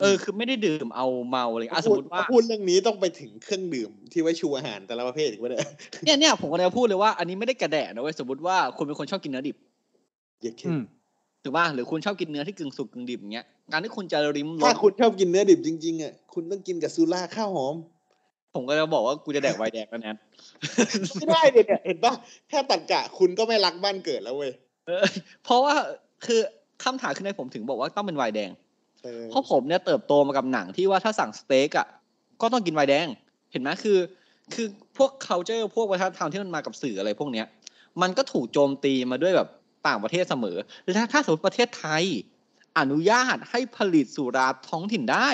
Speaker 4: เออคือไม่ได้ดื่มเอาเมาอะไรอย่างเงี้ยอ่ะสมมติว่า
Speaker 5: พูดเรื่องนี้ต้องไปถึงเครื่องดื่มที่ไว้ชูอาหารแต่ละประเภทอีกวะเนี่ย
Speaker 4: เนี่ยเนี่ยผมก็เลยพูดเลยว่าอันนี้ไม่ได้กระแดะนะเว้ยสมมติว่าคุณเป็นคนชอบกินเนื้อดิบ
Speaker 5: อย่าคิด
Speaker 3: อืม
Speaker 4: ถูกป่ะหรือคุณชอบกินเนื้อที่กึ่งสุกกึ่งดิบอย่างเงี้ยการที่คุณจะริมร
Speaker 5: ถ้า
Speaker 4: ส
Speaker 5: คุณชอบกินเนื้อดิบจริงๆอ่ะคุณต้องกินกับซูล่าข้าวหอม
Speaker 4: ผมก็จะบอกว่ากูจะแดกไวน์แดงแล้วนะ
Speaker 5: ไม่ได้เลยเนี่ยเห็นปะแค่ตัดกะคุณก็ไม่รักบ้านเกิดแล้วเว้ย
Speaker 4: เพราะว่าคือคำถามคือในผมถึงบอกว่าต้องเป็นไวน์แดง
Speaker 5: เออ
Speaker 4: เพราะผมเนี่ยเติบโตมากับหนังที่ว่าถ้าสั่งสเต็กอ่ะก็ต้องกินไวน์แดง เห็นไหมคือ คือพวก culture พวกวัฒนธรรมที่มันมากับสื่ออะไรพวกเนี้ย มันก็ถูกโจมตีมาด้วยแบบต่างประเทศเสมอ และถ้าสมมติประเทศไทย อนุญาตให้ผลิตสุราท้องถิ่นได้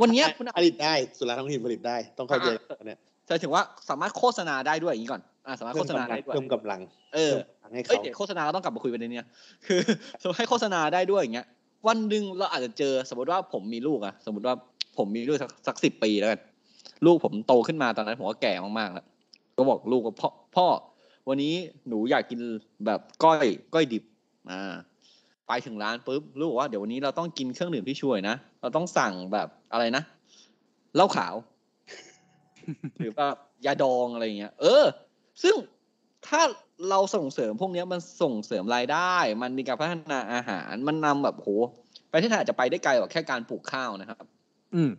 Speaker 4: วันเนี้ยคุณ
Speaker 5: ผลิตได้สุราท้องถิ่นผลิตได้ ต้องเข้าใจอันเนี่ย
Speaker 4: จะถึงว่าสามารถโฆษณาได้ด้วยอย่างนี้ก่อน อ่ะสามารถ
Speaker 5: เพิ่
Speaker 4: โฆษณาก
Speaker 5: มำลั
Speaker 4: ได้
Speaker 5: ง
Speaker 4: ด้วย
Speaker 5: เพิ่มกำลัง
Speaker 4: เออ
Speaker 5: เพิ่มกำลังให้
Speaker 4: เอ้ย
Speaker 5: เขา
Speaker 4: เดี๋ยวโฆษณาเราต้องกลับมาคุยประเด็นเนี้ย คือสมมติให้โฆษณาได้ด้วยอย่างเงี้ย วันหนึ่งเราอาจจะเจอสมมติว่าผมมีลูกอะสมมติว่าผมมีลูกสักสักสิบปีแล้วกันลูกผมโตขึ้นมาตอนนั้นผมก็แก่มากๆแล้วก็บอกลูกว่าพ่อพ่อ วันนี้หนูอยากกินแบบก้อยก้อยดิบอ่าไปถึงร้านปุ๊บลูกบอกว่าเดี๋ยววันนี้เราต้องกินเครื่องดื่มที่ช่วยนะเราต้องสั่งแบบอะไรนะเหล้าขาว หรือว่ายาดองอะไรอย่างเงี้ย เออ ซึ่งถ้าเราส่งเสริมพวกเนี้ยมันส่งเสริมรายได้ มันมีการพัฒนาอาหาร มันนำแบบโหประเทศไทยอาจจะไปได้ไกลกว่าแค่การปลูกข้าวนะครับ
Speaker 3: อืม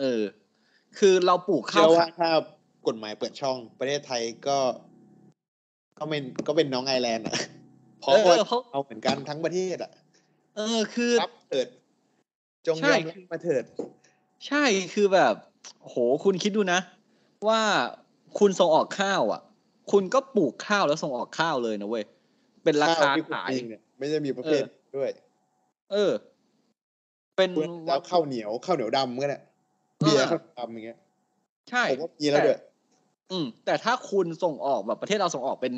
Speaker 4: เออ คือเราปลูกข้า
Speaker 5: เชื่
Speaker 4: ว
Speaker 5: อว่า
Speaker 4: ขาย
Speaker 5: ถ้ากฎหมายเปิดช่องประเทศไทยก็ ก็เป็นก็เป็นน้องไอร์แลนด์อ่ะเพราะ
Speaker 4: เอ
Speaker 5: ว่า
Speaker 4: อเพราะ
Speaker 5: เอาเหมือนกันทั้งประเทศอ่ะ
Speaker 4: เออคือ
Speaker 5: รับเถิด จง
Speaker 4: ใช่
Speaker 5: ยอมรับมาเถิด
Speaker 4: ใช่คือแบบโหคุณคิดดูนะ ว่าคุณส่งออกข้าวอ่ะ คุณก็ปลูกข้าวแล้วส่งออกข้าวเลยนะเว้ยเป็นราคา
Speaker 5: ข้วที่ณ
Speaker 4: ขาย
Speaker 5: กินเนี่ยไม่ได้มีประเภทด้วย
Speaker 4: เออ เป็น
Speaker 5: คุณแล้วข้าวเหนียวข้าวเหนียวดำก็เนี่ยเบียร์ข้าวเหนียวดำอย่างเงี้ย
Speaker 4: ใช่
Speaker 5: ผมว่ามีแล้วด้วย
Speaker 4: อืมแต่ถ้าคุณส่งออกแบบประเทศเราส่งออกเป็น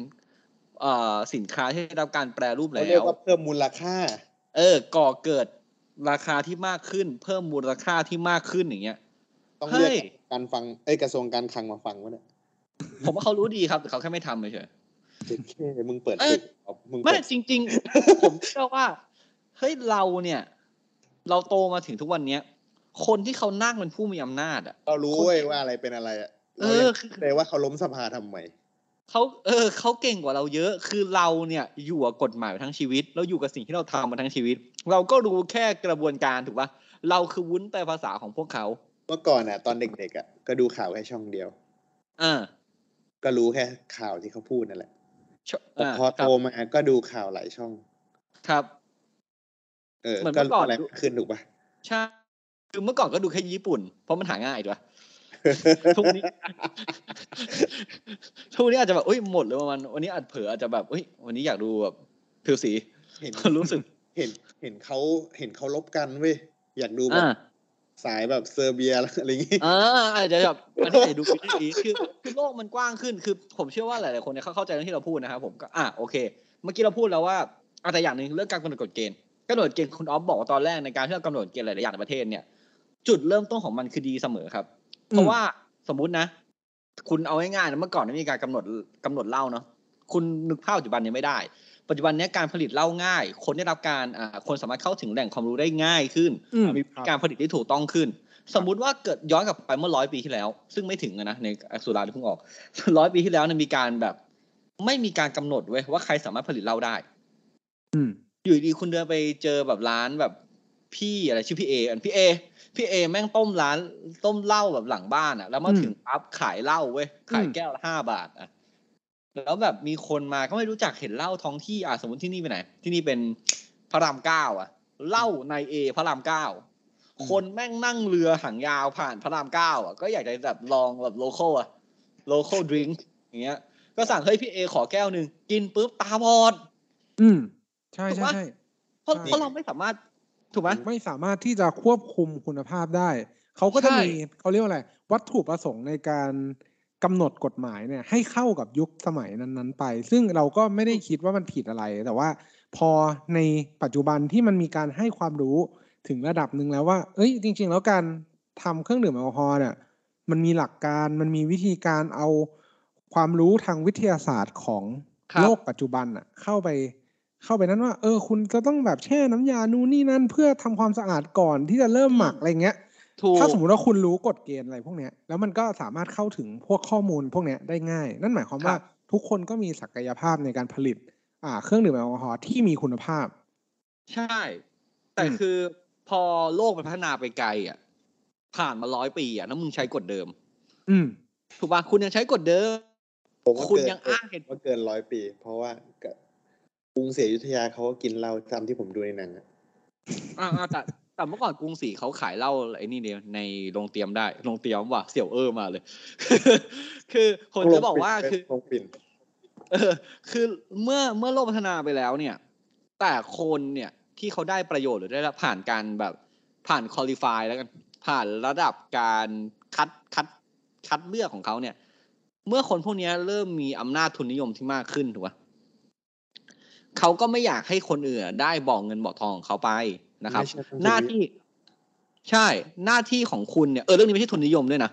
Speaker 4: เอ่อสินค้าที่ได้รับการแปรรูป
Speaker 5: เขา
Speaker 4: แล้
Speaker 5: เรียก
Speaker 4: ว
Speaker 5: ว่าเพิ่มมูลค่า
Speaker 4: เออ ก่อเกิดราคาที่มากขึ้น เพิ่มมูลค่าที่มากขึ้นอย่างเงี้ย
Speaker 5: ต้องเรียก
Speaker 4: เฮ้ย
Speaker 5: การฟังเอ้ยกระทรวงการคลังมาฟังวะเนี่ย
Speaker 4: ผมว่าเขารู้ดีครับแต่เขาแค่ไม่ทำเฉย
Speaker 5: เจ๊เข้มึงเปิด
Speaker 4: เอ้
Speaker 5: ตึ
Speaker 4: ย
Speaker 5: กมึง
Speaker 4: ไม่
Speaker 5: เปิด
Speaker 4: จริง ๆ ผมเชื่อว่าเฮ้ยเราเนี่ย เราโตมาถึงทุกวันเนี้ย คนที่เขานั่งเป็นผู้มีอำนาจอ่ะ
Speaker 5: เรารู้เว้ยว่าอะไรเป็นอะไรอ่ะ
Speaker 4: เอ
Speaker 5: เรา
Speaker 4: อ
Speaker 5: ยัง
Speaker 4: คือ
Speaker 5: เลยว่าเขาล้มสภาทำไม
Speaker 4: เขาเออเขาเก่งกว่าเราเยอะ คือเราเนี่ยอยู่กับกฎหมายมาทั้งชีวิต แล้วอยู่กับสิ่งที่เราทำมาทั้งชีวิต เราก็รู้แค่กระบวนการถูกปะเราคือวุ้นแปลภาษาของพวกเขา
Speaker 5: เมื่อก่อนอ่ะ ตอนเด็กๆอ่ะก็ดูข่าวแค่ช่องเดียว
Speaker 4: อ่า
Speaker 5: ก็รู้แค่ข่าวที่เขาพูดนั่นแหละ
Speaker 4: ช
Speaker 5: แต่
Speaker 4: า
Speaker 5: พอ
Speaker 4: ค
Speaker 5: โต
Speaker 4: รับ
Speaker 5: มาก็ดูข่าวหลายช่อง
Speaker 4: ครับ
Speaker 5: เออ
Speaker 4: เหมือน
Speaker 5: ก็
Speaker 4: เมื่อก่อน
Speaker 5: รู้อะไร
Speaker 4: ดู
Speaker 5: มากขึ้นถูกปะ
Speaker 4: ใช่คือเมื่อก่อนก็ดูแค่ญี่ปุ่น เพราะมันหาง่ายถู กปะ ทุกวันนี้ ทุกวันนี้อาจจะแบบเอ้ยหมดเลยวันวันวันนี้อาจเผลออาจจะแบบเอ้ยวันนี้อยากดูแบบผิวสี
Speaker 5: เห็น
Speaker 4: รู้สึก
Speaker 5: เห็นเห็นเขาเห็นเขาลบกันเว้ยอยากดูแบบ
Speaker 4: อ่า
Speaker 5: สายแบบเซอร์เบียอะไรอย่างงี้
Speaker 4: อ่าอาจจะแบบอันนี้อาจจะดูเป็นอย่างนี้คือคือโลกมันกว้างขึ้นคือ ผมเชื่อว่าหลายๆคนเนี่ยเขาเข้าใจเรื่องที่เราพูดนะครับผมก็อ่ะโอเค เมื่อกี้เราพูดแล้วว่าอาแต่อย่างหนึ่งเรื่องการกำหนดกฎเกณฑ์กำหนดเกณฑ์คุณออฟบอกว่าตอนแรกในการที่เรากำหนดเกณฑ์หลายๆอย่างในประเทศเนี่ย จุดเริ่มต้นของมันคือดีเสมอครับ เพราะว่าสมมุตินะ คุณเอาง่ายๆนะเมื่อก่อนไม่มีการกำหนดกำหนดเหล้าเนาะคุณนึกภาพปัจจุบันเนี้ไม่ได้ ปัจจุบันเนี้การผลิตเหล้าง่าย คนได้รับการอ่าคนสามารถเข้าถึงแหล่งความรู้ได้ง่ายขึ้น
Speaker 3: อืม
Speaker 4: มีการผลิตที่ถูกต้องขึ้น สมมุติว่าเกิดย้อนกลับไปเมื่อร้อยปีที่แล้ว ซึ่งไม่ถึงอะนะในสุราที่เพิ่งออก ร้อยปีที่แล้วเนี่ยมีการแบบ ไม่มีการกำหนดเว้ยว่าใครสามารถผลิตเหล้าได้
Speaker 3: อืม
Speaker 4: อยู่ดีคุณเดินไปเจอแบบร้านแบบพี่อะไรชื่อพี่เออันพี่เอพี่เอแม่งต้มร้านต้มเหล้าแบบหลังบ้านอะแล้วมา
Speaker 3: อืม
Speaker 4: ถึงปั๊บขายเหล้าเว้ยขาย
Speaker 3: อืม
Speaker 4: แก้วละห้าบาทอะแล้วแบบมีคนมาก็ไม่รู้จักเห็นเหล้าท้องที่อ่ะสมมติที่นี่ไปไหน ที่นี่เป็นพระรามเก้าอะเหล้าในเอพระรามเก้าคนแม่งนั่งเรือหางยาวผ่านพระรามเก้าอะก็อยากจะแบบลองแบบโลโก้อะโลโก้ดริงก์อย่างเงี้ย ก็สั่งเฮ้ยพี่เอขอแก้วหนึ่งกินปุ๊บตาบอด
Speaker 3: อืม ใช่
Speaker 4: ถูก
Speaker 3: ใช่
Speaker 4: ปะ
Speaker 3: ใช่
Speaker 4: เพราะ
Speaker 3: ใช่
Speaker 4: เพราะเราไม่สามารถถูกไหม
Speaker 3: ไม่สามารถที่จะควบคุมคุณภาพได้ เขาก็จะ
Speaker 4: ใช่
Speaker 3: มีเขาเรียกว่าอะไร วัตถุประสงค์ในการกำหนดกฎหมายเนี่ย ให้เข้ากับยุคสมัยนั้น ๆ ไป ซึ่งเราก็ไม่ได้คิดว่ามันผิดอะไร แต่ว่าพอในปัจจุบันที่มันมีการให้ความรู้ถึงระดับหนึ่งแล้วว่า เอ้ย จริง ๆ แล้วการทำเครื่องดื่มแอลกอฮอล์เนี่ย มันมีหลักการมันมีวิธีการเอาความรู้ทางวิทยาศาสตร์ของ
Speaker 4: ครับ
Speaker 3: โลกปัจจุบันอะเข้าไป เข้าไปนั้นว่า เออ คุณจะต้องแบบแช่น้ำยานู่นนี่นั่น เพื่อทำความสะอาดก่อนที่จะเริ่มหมักอะไรเงี้ย
Speaker 4: ถูก
Speaker 3: ถ้าสมมติว่าคุณรู้กฎเกณฑ์อะไรพวกเนี้ย แล้วมันก็สามารถเข้าถึงพวกข้อมูลพวกเนี้ยได้ง่าย นั่นหมายความว่าทุกคนก็มีศักยภาพในการผลิต อ่า เครื่องดื่มแอลกอฮอล์ที่มีคุณภาพ
Speaker 4: ใช่ แต่
Speaker 3: อืม
Speaker 4: คือพอโลกมันพัฒนาไปไกลอ่ะ ผ่านมาร้อยปีอ่ะแล้วมึงใช้กฎเดิม
Speaker 3: อืม
Speaker 4: ถูกป่ะคุณยังใช้กฎเดิม
Speaker 5: ผมว่า
Speaker 4: คุณ
Speaker 5: เกิน
Speaker 4: ยังอ้างเหตุ
Speaker 5: ว่าเกินร้อยปี เพราะว่าก็กรุงศรีอยุธยาเขาก็กินเหล้าตามที่ผมดูในหนังอะ
Speaker 4: อ่าอ่าแต่แต่เมื่อก่อนกรุงศรีเขาขายเหล้าไอ้นี่เนี่ยในโรงเตรียมได้โรงเตรียมว่ะเสี่ยวเออมาเลย คือคนจะบอกว่าคือ
Speaker 5: ลงปิ่น
Speaker 4: เออคือเมื่อเมื่อโลกพัฒนาไปแล้วเนี่ย แต่คนเนี่ยที่เขาได้ประโยชน์หรือได้รับผ่านการแบบผ่านคอลิฟายแล้วกันผ่านระดับการคัดคัดคัดเลือกของเขาเนี่ย เมื่อคนพวกเนี้ยเริ่มมีอำนาจทุนนิยมที่มากขึ้นถูกปะเขาก็ไม่อยากให้คนอื่นอะได้บอกเงินบอกทองของเขาไปนะครับ
Speaker 5: ไม่ใช่ทุนนิยม
Speaker 4: หน้าที่ ใช่ หน้าที่ของคุณเนี่ยเออเรื่องนี้ไม่ใช่ทุนนิยมด้วยนะ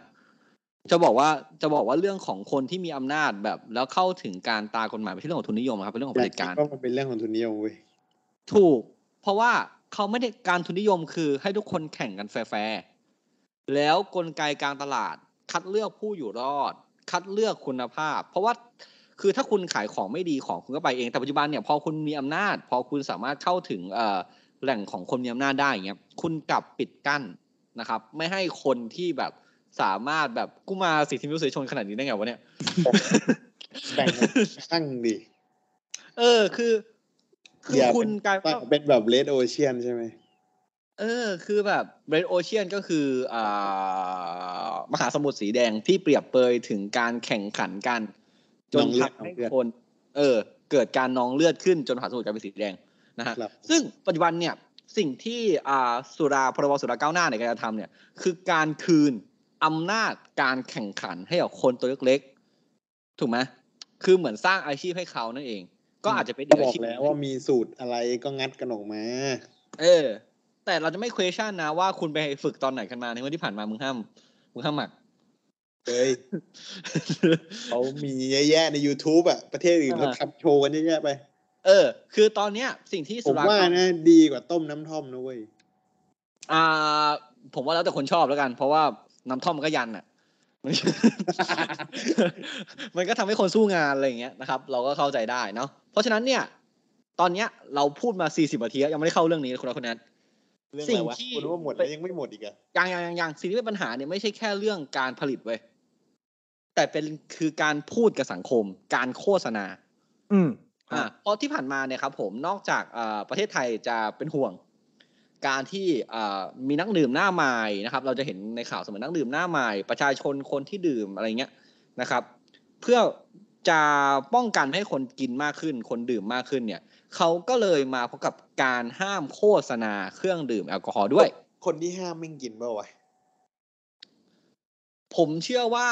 Speaker 4: จะบอกว่าจะบอกว่าเรื่องของคนที่มีอำนาจแบบ แล้วเข้าถึงการตากฎหมายไม่ใช่เรื่องของทุนนิยมครับเป็นเรื่องของเผด็จการ
Speaker 5: ก็มันเป็นเรื่องของทุนนิยมเว้ย
Speaker 4: ถูก เพราะว่าเขาไม่ได้การทุนนิยมคือให้ทุกคนแข่งกันแฟร์ๆแล้วกลไกกลางตลาด คัดเลือกผู้อยู่รอด คัดเลือกคุณภาพ เพราะว่าคือถ้าคุณขายของไม่ดีของคุณก็ไปเองแต่ปัจจุบันเนี่ยพอคุณมีอำนาจ พอคุณสามารถเข้าถึงเอ่อแหล่งของคนมีอำนาจได้อย่างเงี้ยคุณกลับปิดกั้นนะครับ ไม่ให้คนที่แบบสามารถแบบกูมาสิทธิมนุษยชนขนาดนี้ได้ไงวะเนี่ย
Speaker 5: แบ่งตั้งดิ
Speaker 4: เออคือ คือ
Speaker 5: อย่า
Speaker 4: คุณกลาย
Speaker 5: ตั้
Speaker 4: ว่า
Speaker 5: งเป็นแบบเลดโอเชียนใช่ไหม
Speaker 4: เออคือแบบ Red Ocean ก็คืออ่ามหาสมุทรสีแดงที่เปรียบเปรยถึงการแข่งขันกัน จนทำให้คนเออ เกิดการนองเลือดขึ้นจนมหาสมุทรกลายเป็นสีแดงนะฮะ
Speaker 5: ครับ
Speaker 4: ซึ่งปัจจุบันเนี่ยสิ่งที่อ่าสุราพรบสุราก้าวหน้าในการจะทำเนี่ยคือการคืนอำนาจการแข่งขันให้กับคนตัวเล็กๆ ถูกไหมคือเหมือนสร้างอาชีพให้เขานั่นเอง ก็อาจจะเป็นอี
Speaker 5: ก็
Speaker 4: ก
Speaker 5: บ
Speaker 4: อา
Speaker 5: อก
Speaker 4: ชีพหนึ่
Speaker 5: แล้
Speaker 4: ง
Speaker 5: วว่ามีสูตรอะไรก็งัดกันออกมา
Speaker 4: เออ แต่เราจะไม่ question นะว่าคุณไปฝึกตอนไหนกันมาในวันที่ผ่านมามึงห้ามมึงห้ามหมัก
Speaker 5: เฮ้ยเขามีเยอะแยะใน YouTube อ่ะ ประเทศอื่น
Speaker 4: อ่า
Speaker 5: เขาทำโชว์กันเยอะแยะไป
Speaker 4: เออ คือตอนเนี้ย สิ่งที่
Speaker 5: ผ
Speaker 4: สุ
Speaker 5: ม
Speaker 4: รา
Speaker 5: ว่านะดีกว่าต้มน้ำท่อมนะเว้ย
Speaker 4: อ่า ผมว่าแล้วแต่คนชอบแล้วกัน เพราะว่าน้ำท่อมมันก็ยันอ่ะ มัน มันก็ทำให้คนสู้งานอะไรอย่างเงี้ยนะครับ เราก็เข้าใจได้เนาะเพราะฉะนั้นเนี่ย ตอนเนี้ยเราพูดมา 40นาทีแล้วยังไม่ได้เข้าเรื่องนี้เลยคุณรักคนนั้น
Speaker 5: เรื่อง
Speaker 4: สิ่ง
Speaker 5: อะไรวะ
Speaker 4: ที่
Speaker 5: คุณว่าหมดแล้วยังไม่หมดอีกอะ
Speaker 4: อย่างอย่างอย่างสิ่งที่เป็นปัญหาเนี่ยไม่ใช่แค่เรื่องการผลิตเว้ยแต่เป็นคือการพูดกับสังคม การโฆษณา
Speaker 3: อืม
Speaker 4: อ่าเพราะที่ผ่านมาเนี่ยครับผมนอกจากเอ่อประเทศไทยจะเป็นห่วง การที่เอ่อมีนักดื่มหน้าใหม่นะครับ เราจะเห็นในข่าวเสมอนักดื่มหน้าใหม่ ประชาชนคนที่ดื่มอะไรเงี้ยนะครับ เพื่อจะป้องกันไม่ให้คนกินมากขึ้น คนดื่มมากขึ้นเนี่ยเขาก็เลยมาพบกับการห้ามโฆษณาเครื่องดื่มแอลกอฮอล์ด้วย
Speaker 5: คนที่ห้ามไม่งกินเปล่าวะ
Speaker 4: ผมเชื่อว่า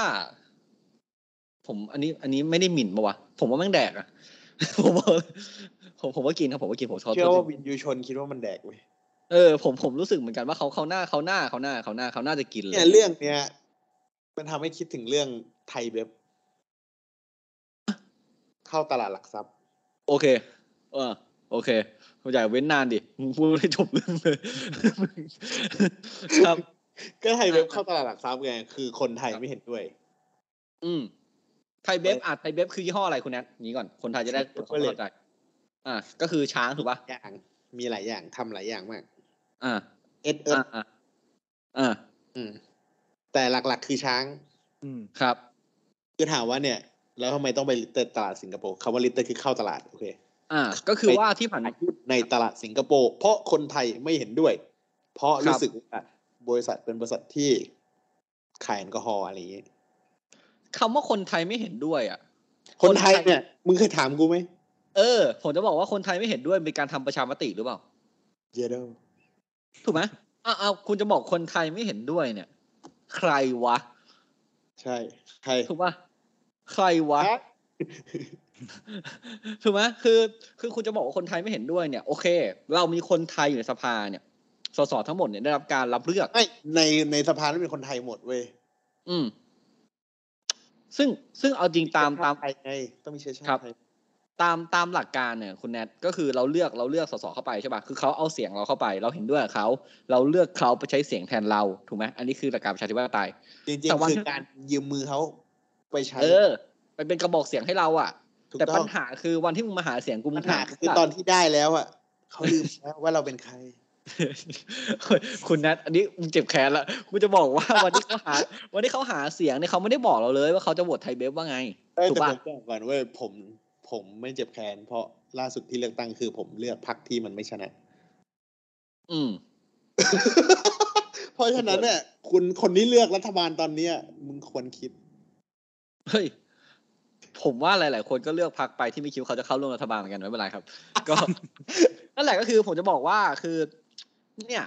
Speaker 4: ผมอันนี้ อันนี้ไม่ได้หมิ่นปะวะผมว่าแม่งแดกอะ ผมว่าผมผมว่ากินครับผมว่ากินผมชอบ
Speaker 5: เชื่อว่าวินยูชนคิดว่ามันแดกเว้ย
Speaker 4: เออผมผมรู้สึกเหมือนกันว่าเขาเขาหน้าเขาหน้าเขาหน้าเขาหน้าเขาน่าจะกินเล
Speaker 5: เนี่ย
Speaker 4: ย
Speaker 5: เรื่องเนี้ยมันทำให้คิดถึงเรื่องไทยเว็บเข้าตลาดหลักทรัพย์
Speaker 4: โอเค เออ โอเคผมอยากเว้นนานดิมึงพูดให้จบเรื่องเลย ครับ
Speaker 5: ก็ไทยเว็บเข้าตลาดหลักทรัพย์ไงคือคนไทยไม่เห็นด้วย
Speaker 4: อืมไทยเบฟอ่ะไทยเบฟคือยี่ห้ออะไรคุณแอนนี้ก่อนคนไทยจะได้เข้าใจอ่าก็คือช้างถูกป่ะ
Speaker 5: อย่างมีหลายอย่างทำหลายอย่างมาก
Speaker 4: อ่า
Speaker 5: เอ็ดเอิ
Speaker 4: อ่าอ่าอ่า
Speaker 5: แต่หลักๆ คือช้าง
Speaker 3: อืม
Speaker 4: ครับ
Speaker 5: คือถามว่าเนี่ย แล้วทำไมต้องไปลิตเตอร์ตลาดสิงคโปร์คำว่าลิตเตอร์คือเข้าตลาดโอเค
Speaker 4: อ่า ก็คือว่าที่ผ่าน
Speaker 5: อายุในตลาดสิงคโปร์เพราะคนไทยไม่เห็นด้วย เพราะ
Speaker 4: ครั
Speaker 5: รู้
Speaker 4: บ
Speaker 5: สึกว่าบริษัทเป็นบริษัทที่ขายแอลกอฮอล์อะไรอย่างนี้
Speaker 4: คำว่าคนไทยไม่เห็นด้วยอ่ะ
Speaker 5: คนไทยเนี่ย มึงเคยถามกูไหม
Speaker 4: เออ ผมจะบอกว่าคนไทยไม่เห็นด้วยเป็นการทำประชามติหรือเปล่า
Speaker 5: เยโด
Speaker 4: ถูกไหมอ้าวอ้าวคุณจะบอกคนไทยไม่เห็นด้วยเนี่ย ใครวะ
Speaker 5: ใช่ใคร
Speaker 4: ถูกปะใครวะ ถูกไหมคือ คือคุณจะบอกว่าคนไทยไม่เห็นด้วยเนี่ย โอเค เรามีคนไทยอยู่ในสภาเนี่ย สสทั้งหมดเนี่ยได้รับการรับเลือก
Speaker 5: ไม่ในในสภานั้นเป็นคนไทยหมดเว้ย
Speaker 4: อืม ซึ่ง ซึ่งเอาจริงตามตาม
Speaker 5: ไทยไงต้องมีเชื้อชา
Speaker 4: ครั
Speaker 5: ติ
Speaker 4: บ
Speaker 5: ไทย
Speaker 4: ตามตามหลักการเนี่ยคุณแนทก็คือเราเลือกเราเลือกสสเข้าไปใช่ป่ะคือเขาเอาเสียงเราเข้าไป เราเห็นด้วยกับเขาเราเลือกเขาไปใช้เสียงแทนเราถูกไหมอันนี้คือหลักการประชาธิปไตย
Speaker 5: จริง
Speaker 4: แต่วั
Speaker 5: ๆ
Speaker 4: น
Speaker 5: คือการยืมมือเขาไปใช้
Speaker 4: เออไปเป็นกระบอกเสียงให้เราอ่ะ
Speaker 5: ถูก
Speaker 4: แต่
Speaker 5: ต้
Speaker 4: ปั
Speaker 5: อง
Speaker 4: ญหาคือวันที่มึงมาหาเสียงกูมึ
Speaker 5: ปั
Speaker 4: ง
Speaker 5: ญหา
Speaker 4: ถาม
Speaker 5: คือตอนที่ได้แล้วอ่ะเขา ลืมแล้วว่าเราเป็นใคร
Speaker 4: เฮ้ย คุณนัทอันนี้มึงเจ็บแขนละกูจะบอกว่า วันที่เขาหา วันที่เขาหาเสียงเนี่ยเขาไม่ได้บอกเราเลยว่าเขาจะโหวตไทยเบฟว่าไง
Speaker 5: เอ้ย
Speaker 4: ถูก
Speaker 5: แต่
Speaker 4: ป่ะ
Speaker 5: ผมบอกก่อนเว้ยผมผมไม่เจ็บแค้นเพราะล่าสุดที่เลือกตั้งคือผมเลือกพรรคที่มันไม่ชนะ
Speaker 4: อืม
Speaker 5: เพราะฉะนั้นเนี่ยคุณคนที่เลือกรัฐบาลตอนเนี้ยมึงควรคิด
Speaker 4: เฮ้ย ผมว่าหลาย ๆ คนก็เลือกพักไปที่ไม่คิดว่าเขาจะเข้าร่วมรัฐบาลเหมือนกันไม่เป็นไรครับ ก็ นั่นแหละก็คือผมจะบอกว่าคือ เนี่ย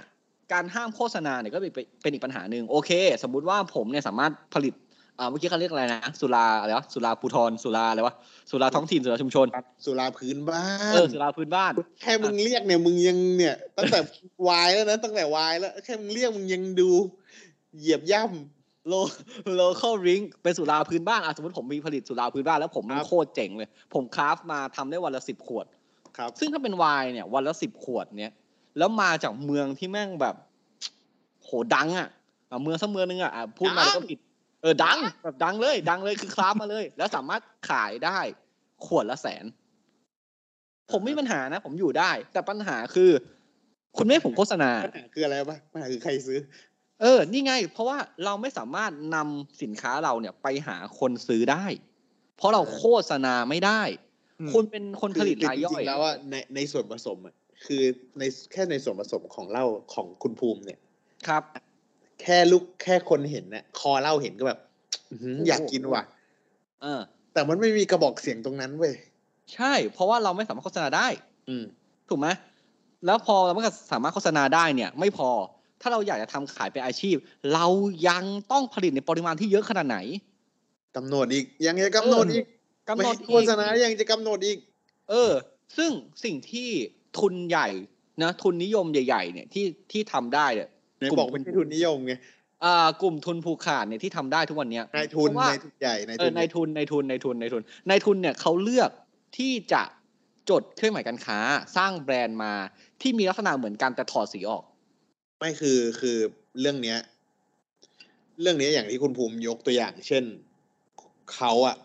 Speaker 4: การห้ามโฆษณาเนี่ยก็เป็นเป็นอีกปัญหาหนึ่งโอเค สมมุติว่าผมเนี่ยสามารถผลิต อ่าเมื่อกี้เขาเรียกอะไรนะ สุราอะไรวะสุราภูทรสุราอะไรวะสุราท้องถิ่นสุราชุมชน
Speaker 5: สุราพื้นบ้า
Speaker 4: เอน อสุราพื้นบ้าน
Speaker 5: แค่มึงเรียกเนี่ยมึงยังเนี่ย ตั้งแต่ วายแล้วนะตั้งแต่วายแล้ว แค่มึงเรียกมึงยังดู เหยียบย่
Speaker 4: โลโลเคอลริงเป็นสุราพื้นบ้านอ่ะสมมติผมมีผลิตสุราพื้นบ้านแล้วผมมัน
Speaker 5: ครับ
Speaker 4: โคตรเจ๋งเลย ผมคราฟต์มาทำได้วันละสิบขวด
Speaker 5: ำครับ
Speaker 4: ซึ่งถ้าเป็นไวน์เนี่ย วันละสิบขวดเนี่ย แล้วมาจากเมืองที่แม่งแบบ โหดังอ่ะอ่ะเมืองสักเมืองนึงอ่ะอ่ะพูดมา
Speaker 5: ดัง
Speaker 4: เดี๋ยวก็ผิด เออดังแบบดังเลย ดังเลยคือคราฟต์มาเลย แล้วสามารถขายได้ ขวดละแสน ผมไม่มีปัญหานะ ผมอยู่ได้ แต่ปัญหาคือ คุณไม่ให้ผมโฆษณา
Speaker 5: ปัญหาคืออะไรปะปัญหาคือใครซื้อ
Speaker 4: เออ นี่ไง เพราะว่าเราไม่สามารถนำสินค้าเราเนี่ยไปหาคนซื้อได้ เพราะเราโฆษณาไม่ได้
Speaker 3: อืม
Speaker 4: คุณเป็นคนผลิต
Speaker 5: คือ
Speaker 4: รายย่
Speaker 5: จ
Speaker 4: อย
Speaker 5: ริงๆแล้วอ่ะในในส่วนผสมอ่ะคือในแค่ในส่วนผสมของเหล้าของคุณภูมิเนี่ย
Speaker 4: ครับ
Speaker 5: แค่ลูกแค่คนเห็นเนี่ยคอเหล้าเห็นก็แบบอื้อหืออยากกินว่ะ
Speaker 4: เออ
Speaker 5: แต่มันไม่มีกระบอกเสียงตรงนั้นเว้ย
Speaker 4: ใช่ เพราะว่าเราไม่สามารถโฆษณาได้
Speaker 5: อืม
Speaker 4: ถูกไหมแล้วพอเราไม่สามารถโฆษณาได้เนี่ย ไม่พอ ถ้าเราอยากจะทำขายเป็นอาชีพ เรายังต้องผลิตในปริมาณที่เยอะขนาดไหน
Speaker 5: กำหนดอีก ยังจะกำหนดอีก
Speaker 4: กำหนด
Speaker 5: ไม่
Speaker 4: อีก
Speaker 5: โฆษณายังจะกำหนดอีก
Speaker 4: เออ ซึ่งสิ่งที่ทุนใหญ่นะทุนนิยมใหญ่ๆ เนี่ยที่ที่ทำได้เนี่ย
Speaker 5: ไหนบอกเป็นทุนนิยมไง
Speaker 4: อ่ากลุ่มทุนผูกขาดเนี่ยที่ทำได้ทุกวันเนี้ย
Speaker 5: นายทุน
Speaker 4: เพราะว่าน
Speaker 5: ายทุนใหญ่นาย
Speaker 4: เอ
Speaker 5: ทุ
Speaker 4: อน นายทุนนายทุนนายทุนนายทุนนายทุนเนี่ยเขาเลือกที่จะจดเครื่องหมายการค้า สร้างแบรนด์มาที่มีลักษณะเหมือนกันแต่ถอดสีออก
Speaker 5: ไม่คือคือเรื่องเนี้ย เรื่องเนี้ยอย่างที่คุณภูมิยกตัวอย่าง เช่นเขาอะ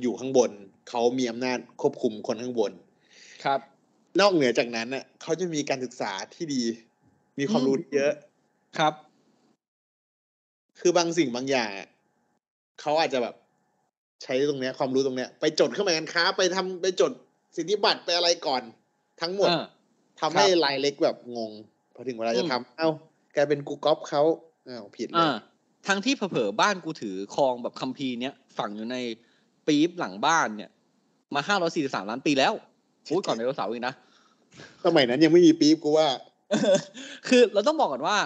Speaker 5: อยู่ข้างบนเขามีอำนาจควบคุมคนข้างบน
Speaker 4: ครับ
Speaker 5: นอกเหนือจากนั้นน่ะเขาจะมีการศึกษาที่ดี มีความ
Speaker 4: อืม
Speaker 5: รู้ที่เยอะ
Speaker 4: ครับ
Speaker 5: คือบางสิ่งบางอย่างอะเขาอาจจะแบบ ใช้ตรงเนี้ย ความรู้ตรงเนี้ย ไปจดเครื่องหมายการค้า ไปทำไปจดสิทธิบัตรไปอะไรก่อน ทั้งหมด
Speaker 4: เออ
Speaker 5: ทำให้รายเล็กแบบงงพอถึงเวลาจะทำเอ้ากลายเป็นกูก๊อปเขาเอ้าวผิดเลย
Speaker 4: อ่าทั้งที่เผลอๆบ้านกูถือครองแบบคัมภีร์เนี้ยฝังอยู่ในปี๊บหลังบ้านเนี่ย มาห้าร้อยสี่สิบสามล้านปีแล้วพูดก่อนไดโนเสาร์อีกนะ
Speaker 5: สมัยนั้นยังไม่มีปี๊บกูว่า
Speaker 4: คือเราต้องบอกก่อนว่า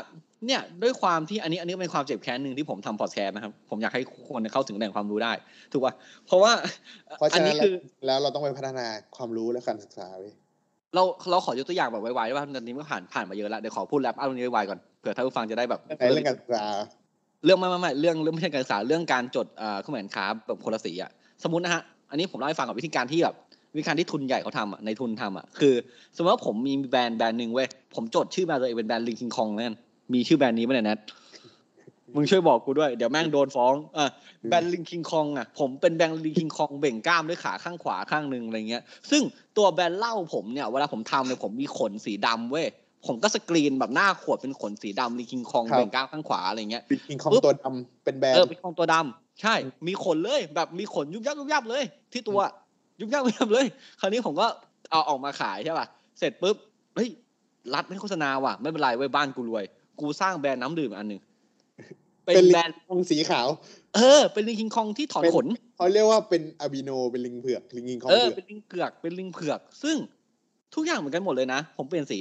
Speaker 4: เนี่ยด้วยความที่อันนี้อันนี้เป็นความเจ็บแค้นหนึ่งที่ผมทำพอดแคสต์นะครับ ผมอยากให้คนเข้าถึงแหล่งความรู้ได้ ถูกป่ะเพราะว่า
Speaker 5: เพราะ
Speaker 4: อั
Speaker 5: ฉะนั้
Speaker 4: นี้
Speaker 5: น
Speaker 4: คือ
Speaker 5: แล้วเราต้องไปพัฒนาความรู้และการศึกษาเว้ย
Speaker 4: เราเราขอยกตัวอย่างแบบไวๆว่าตอนนี้มันผ่านผ่านมาเยอะแล้วเดี๋ยวขอพูดแรปอัพเรื่องนี้ไวๆก่อนเผื่อท่านผู้ฟังจะได้แบบ
Speaker 5: เรื่องการศึกษา
Speaker 4: เรื่องไม่ไม่ไม่เรื่องเรื่องไม่ใช่การศึกษาเรื่องการจดเอ่อเครื่องหมายการค้าแบบคนละสีอ่ะสมมตินะฮะอันนี้ผมเล่าให้ฟังกับวิธีการที่แบบวิธีการที่ทุนใหญ่เขาทำอ่ะในทุนทำอ่ะคือ สมมติว่าผมมีแบรนด์แบรนด์หนึ่งเว้ยผมจดชื่อแบรนด์ตัวเองเป็นแบรนด์ลิงคิงคองแล้วกันมีชื่อแบรนด์นี้ไหมเนี่ยแนทมึงช่วยบอกกูด้วยเดี๋ยวแม่งโดนฟ้องเออแบรนด์ลิงคิงคองอ่ะผมเป็นแบรนด์ลิงคิงคองเบ่งกล้ามด้วยขาข้างขวาข้างหนึ่งอะไรเงี้ย ซึ่งตัวแบรนด์เหล้าผมเนี่ยเวลาผมทำเนี่ยผมมีขนสีดำเว้ยผมก็สกรีนแบบหน้าขวดเป็นขนสีดำลิงคิงคอง
Speaker 5: ครับ
Speaker 4: เบ่งกล้ามข้างขวาอะไรเงี้ย
Speaker 5: บิดคิงของ
Speaker 4: ปุ๊บ
Speaker 5: ตัวดำเป็นแบรน
Speaker 4: เออ
Speaker 5: ด์
Speaker 4: เป็นของตัวดำใช่ มีขนเลยแบบมีขนยุบยับยุบยับเลย ที่ตัวยุบยับ ยุบยับเลย คราวนี้ผมก็เอาออกมาขายใช่ป่ะเสร็จปุ๊บเฮ้ยรัฐไม่โฆษณาว่ะไม่เป็นไรเว้ยบ้านกูรวย กูสร้างแบรนด์น้ำดื่มอันหนึ่งเป็นแบรนด์
Speaker 5: ทองสีขาว
Speaker 4: เออเป็นลิงคิงคองที่ถอน
Speaker 5: เป็น
Speaker 4: ขน
Speaker 5: เขาเรียกว่าเป็นอะบิโนเป็นลิงเผือกลิงกิงของ
Speaker 4: เออ
Speaker 5: เผือก
Speaker 4: เป็นลิงเผือกเป็นลิงเผือก ซึ่งทุกอย่างเหมือนกันหมดเลยนะ ผมเปลี่ยนสี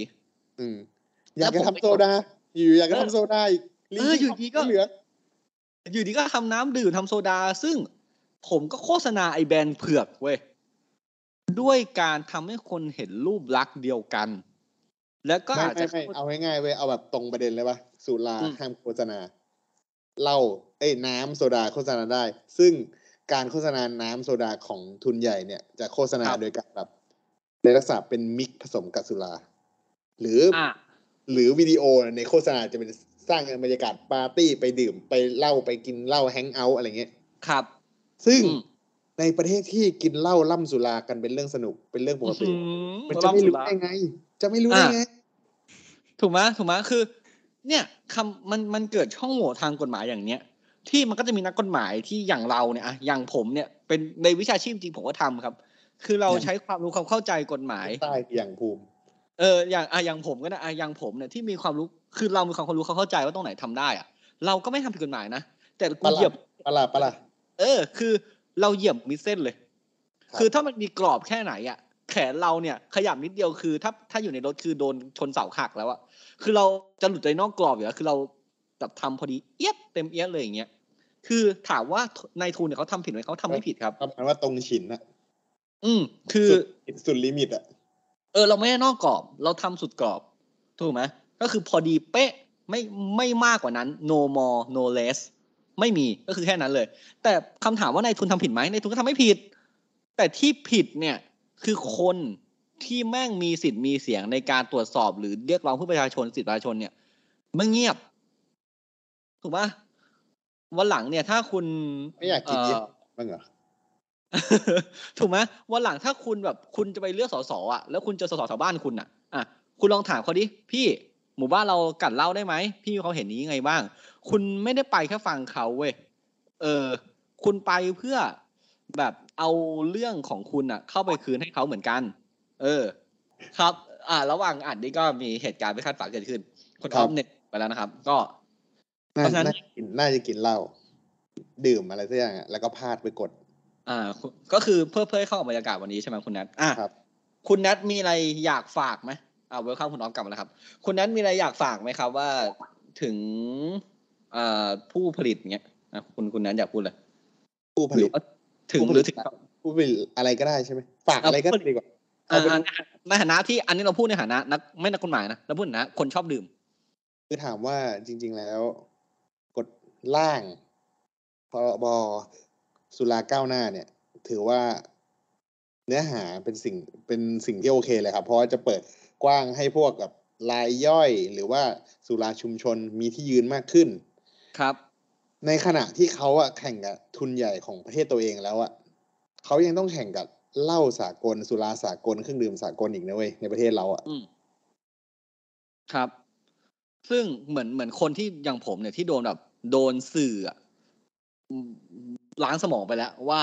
Speaker 5: อืมอยากจะ
Speaker 4: แล้วผม
Speaker 5: ทำโซดาอยู่อยากจะทำโซดาอีกลิง
Speaker 4: เอออยู่
Speaker 5: กิง
Speaker 4: ดี
Speaker 5: ของ
Speaker 4: ก็
Speaker 5: เหลือง
Speaker 4: อยู่ดีก็ทำน้ำดื่มทำโซดา ซึ่งผมก็โฆษณาไอแบรนด์เผือกเว้ย ด้วยการทำให้คนเห็นรูปลักษณ์เดียวกัน แล้วก็
Speaker 5: ไม่
Speaker 4: อาจ
Speaker 5: ไม่
Speaker 4: จะ
Speaker 5: ไม่เอาง่ายๆเว้ยเอาแบบตรงประเด็นเลยป่ะสุรา
Speaker 4: อืม
Speaker 5: ห้ามโฆษณาเหล้าเอ้ยน้ำโซดาโฆษณาได้ ซึ่งการโฆษณาน้ำโซดาของทุนใหญ่เนี่ย จะโฆษณาโดยการแบบในลักษณะเป็นมิกซ์ผสมกับสุราหรืออ
Speaker 4: อ่ะ
Speaker 5: หรือวิดีโอในโฆษณาจะเป็นสร้างบรรยากาศปาร์ตี้ไปดื่มไปเหล้าไปกินเหล้าแฮงเอาท์อะไรเงี้ย
Speaker 4: ครับ
Speaker 5: ซึ่ง
Speaker 4: อืม
Speaker 5: ในประเทศที่กินเหล้าล่ำสุรากันเป็นเรื่องสนุกเป็นเรื่องปกติมันจะ
Speaker 4: เรา
Speaker 5: ไม่
Speaker 4: สุ
Speaker 5: รู้
Speaker 4: รา
Speaker 5: ได้ไง จะไม่รู้ได้ไง
Speaker 4: ถูกไหมถูกไหมคือ เนี่ยคำมันมันเกิดช่องโหว่ทางกฎหมายอย่างเนี้ย ที่มันก็จะมีนักกฎหมายที่อย่างเราเนี่ยอะอย่างผมเนี่ยเป็นในวิชาชีพจริงผมก็ทำครับ คือเรา
Speaker 5: อย่าง
Speaker 4: ใช้ความรู้ความเข้าใจกฎหมาย
Speaker 5: ใต้อย่างภูมิ
Speaker 4: เอออย่างอะอย่างผมก็นะอะอย่างผมเนี่ยที่มีความรู้คือเรามีความรู้เขามเข้าใจว่าตรงไหนทำได้อะเราก็ไม่ทำผิดกฎหมายนะแต่กู
Speaker 5: ประหลาด
Speaker 4: เหยียบ
Speaker 5: ปะล่ะปะล่ะ
Speaker 4: เออ คือเราเหยียบมิดเส้นเลย
Speaker 5: ครับ
Speaker 4: คือถ้ามันมีกรอบแค่ไหนอะแขนเราเนี่ย ขยับนิดเดียวคือ ถ้าถ้าอยู่ในรถคือโดนชนเสาหักแล้วอะคือเราจะหลุดไปนอกกรอบอยู่แล้วคือเราแบบทำพอดีเอียดเต็มเอียดเลยอย่างเงี้ย คือถามว่านายทุนเนี่ยเขาทำผิดไหมเขาทำไม่ผิดครับ
Speaker 5: ก็แปลว่าตรงฉินอะ
Speaker 4: อืมคือ
Speaker 5: สุดสุดลิมิตอะ
Speaker 4: เออเราไม่ได้นอกกรอบเราทำสุดกรอบถูกไหมก็คือพอดีเป๊ะไม่ไม่มากกว่านั้น no more no less ไม่มีก็คือแค่นั้นเลย แต่คำถามว่านายทุนทำผิดไหมนายทุนก็ทำไม่ผิด แต่ที่ผิดเนี่ยคือคนที่แม่งมีสิทธิ์มีเสียงในการตรวจสอบหรือเรียกร้องเพื่อประชาชนสิทธิประชาชนเนี่ยไม่เงียบ ถูกปะวันหลังเนี่ย ถ้าคุณ
Speaker 5: ไม่อยากกินเยอะบ้างเหรอ
Speaker 4: ถูกไหมวันหลังถ้าคุณแบบคุณจะไปเลือกสสอ่ะแล้วคุณเจอสสแถวบ้านคุณอ่ะอ่ะคุณลองถามเขาดิพี่หมู่บ้านเรากัดเหล้าได้ไหมพี่เขาเห็นนี้ยังไงบ้าง คุณไม่ได้ไปแค่ฟังเขาเว้ยเออ คุณไปเพื่อแบบเอาเรื่องของคุณอ่ะ เข้าไปคืนให้เขาเหมือนกัน เออ ครับ อ่า ระหว่างอัดนี่ก็มีเหตุการณ์ไม่คาดฝันเกิดขึ้น คนอ
Speaker 5: ครั
Speaker 4: อบ มเน็ตไปแล้วนะครับ ก็
Speaker 5: น่า
Speaker 4: เพราะฉะนั้น
Speaker 5: น่ากินน่าจะกินเหล้าดื่มอะไรสักอย่างอะแล้วก็พลาดไปกด
Speaker 4: อ่าคุณก็คือเพื่อเพื่อให้เข้ากับบรรยากาศวันนี้ใช่ไหมคุณนัทอ่ะ
Speaker 5: ครับ
Speaker 4: คุณนัทมีอะไรอยากฝากไหมอ่าเวลคัมคุณออฟกลับมาแล้วครับ คุณนัทมีอะไรอยากฝากไหมครับ ว่าถึงเอ่อผู้ผลิตเงี้ยอ่ะคุณคุณนัทอยากพูดเลย
Speaker 5: ผู้ผ
Speaker 4: หรือ
Speaker 5: ลิต
Speaker 4: ว่าถึง
Speaker 5: ผู้ผ
Speaker 4: หรือ
Speaker 5: ลิต
Speaker 4: ถึงกับ
Speaker 5: ผู้ผลิตอะไรก็ได้ใช่ไหมฝากอะไรก็ได้ดีกว่า
Speaker 4: อ่าในฐานะที่อันนี้เราพูดในฐานะนักไม่นักกฎหมายนะเราพูดในฐานะคนชอบดื่ม
Speaker 5: คือถามว่าจริง ๆ แล้ว กฎร่างพรบสุราก้าวหน้าเนี่ย ถือว่าเนื้อหาเป็นสิ่งเป็นสิ่งที่โอเคเลยครับ เพราะว่าจะเปิดกว้างให้พวกแบบรายย่อยหรือว่าสุราชุมชนมีที่ยืนมากขึ้น
Speaker 4: ครับ
Speaker 5: ในขณะที่เขาอะแข่งกับทุนใหญ่ของประเทศตัวเองแล้วอะเขายังต้องแข่งกับเหล้าสากล สุราสากลเครื่องดื่มสากลอีกนะเว้ยในประเทศเราอะ
Speaker 4: อืมครับ ซึ่งเหมือนเหมือนคนที่อย่างผมเนี่ยที่โดนแบบโดนสื่ออะอืมล้างสมองไปแล้ว ว่า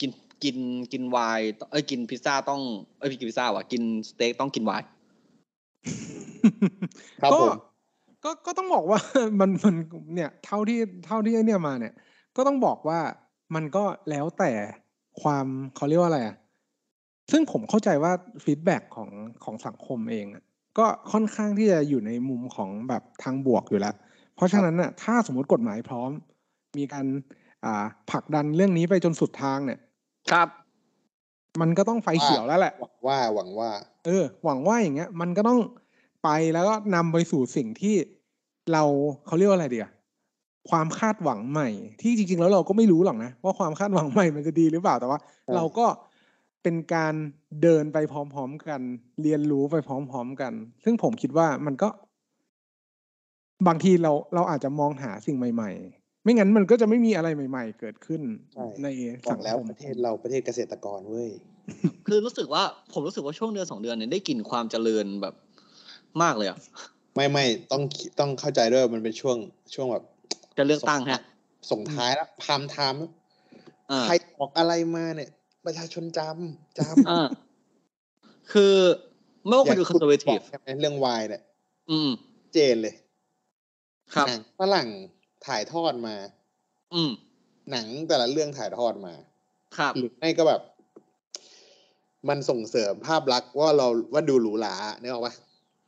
Speaker 4: กินกินกินไวน์ต้องเอ้ยกินพิซซ่าต้องเอ้ยไม่กินพิซซ่าว่ะกินสเต็กต้องกินไวน์
Speaker 5: ครับ
Speaker 3: ก็
Speaker 5: ผม
Speaker 3: ก็ก็ต้องบอกว่า มันมันเนี่ยเท่าที่เท่าที่ไอเนี่ยมาเนี่ย ก็ต้องบอกว่ามันก็แล้วแต่ความเขาเรียกว่าอะไรอ่ะซึ่งผมเข้าใจว่าฟีดแบ็กของของสังคมเองอะก็ค่อนข้างที่จะอยู่ในมุมของแบบทางบวกอยู่แล้ว เพราะฉะนั้นน่ะถ้าสมมติกฎหมายพร้อม มีการอ่าผลักดันเรื่องนี้ไปจนสุดทางเนี่ย
Speaker 4: ครับ
Speaker 3: มันก็ต้องไฟเขียวแล้วแหละ
Speaker 5: หวังว่าหวังว่า
Speaker 3: เออหวังว่าอย่างเงี้ย มันก็ต้องไปแล้วก็นำไปสู่สิ่งที่เราเขาเรียกว่าอะไรเดียความคาดหวังใหม่ ที่จริงๆแล้วเราก็ไม่รู้หรอกนะว่าความคาดหวังใหม่มันจะดีหรือเปล่าแต่ว่า
Speaker 5: ครับ
Speaker 3: เราก็เป็นการเดินไปพร้อม ๆ กัน เรียนรู้ไปพร้อม ๆ กัน ซึ่งผมคิดว่ามันก็ บางทีเราเราอาจจะมองหาสิ่งใหม่ ๆ ไม่งั้นมันก็จะไม่มีอะไรใหม่ ๆ เกิดขึ้น
Speaker 5: ใช่
Speaker 3: ใน
Speaker 5: บอ
Speaker 3: สั
Speaker 5: ก
Speaker 3: ง
Speaker 5: แล้ว
Speaker 3: คม
Speaker 5: ประเทศเราประเทศเกษตรกรเว้ย
Speaker 4: คือรู้สึกว่าผมรู้สึกว่าช่วงเดือนสองเดือนเนี่ยได้กลิ่นความเจริญแบบมากเลยอะ
Speaker 5: ไม่ไม่ต้องคิดต้องเข้าใจด้วยว่ามันเป็นช่วงช่วงแบบ
Speaker 4: จะเลือกตั้งฮะ
Speaker 5: ส่งท้ายแล้วพามไทาม
Speaker 4: อ่า
Speaker 5: ใครออกอะไรมาเนี่ย ประชาชนจำจ
Speaker 4: อ่า คือไม่ว่า
Speaker 5: ำ
Speaker 4: คุณดูคอนเซอร์เวทีฟ
Speaker 5: ใช่ไหมเรื่องวายเนี่ย
Speaker 4: อืม
Speaker 5: เจนเลย
Speaker 4: ครับ
Speaker 5: หนังฝรั่งถ่ายทอดมา
Speaker 4: อืม
Speaker 5: หนังแต่ละเรื่องถ่ายทอดมา
Speaker 4: ครับ
Speaker 5: หรือไม่ก็แบบ มันส่งเสริมภาพลักษณ์ว่าเราว่าดูหรูหราเนี่ยหรอกปะ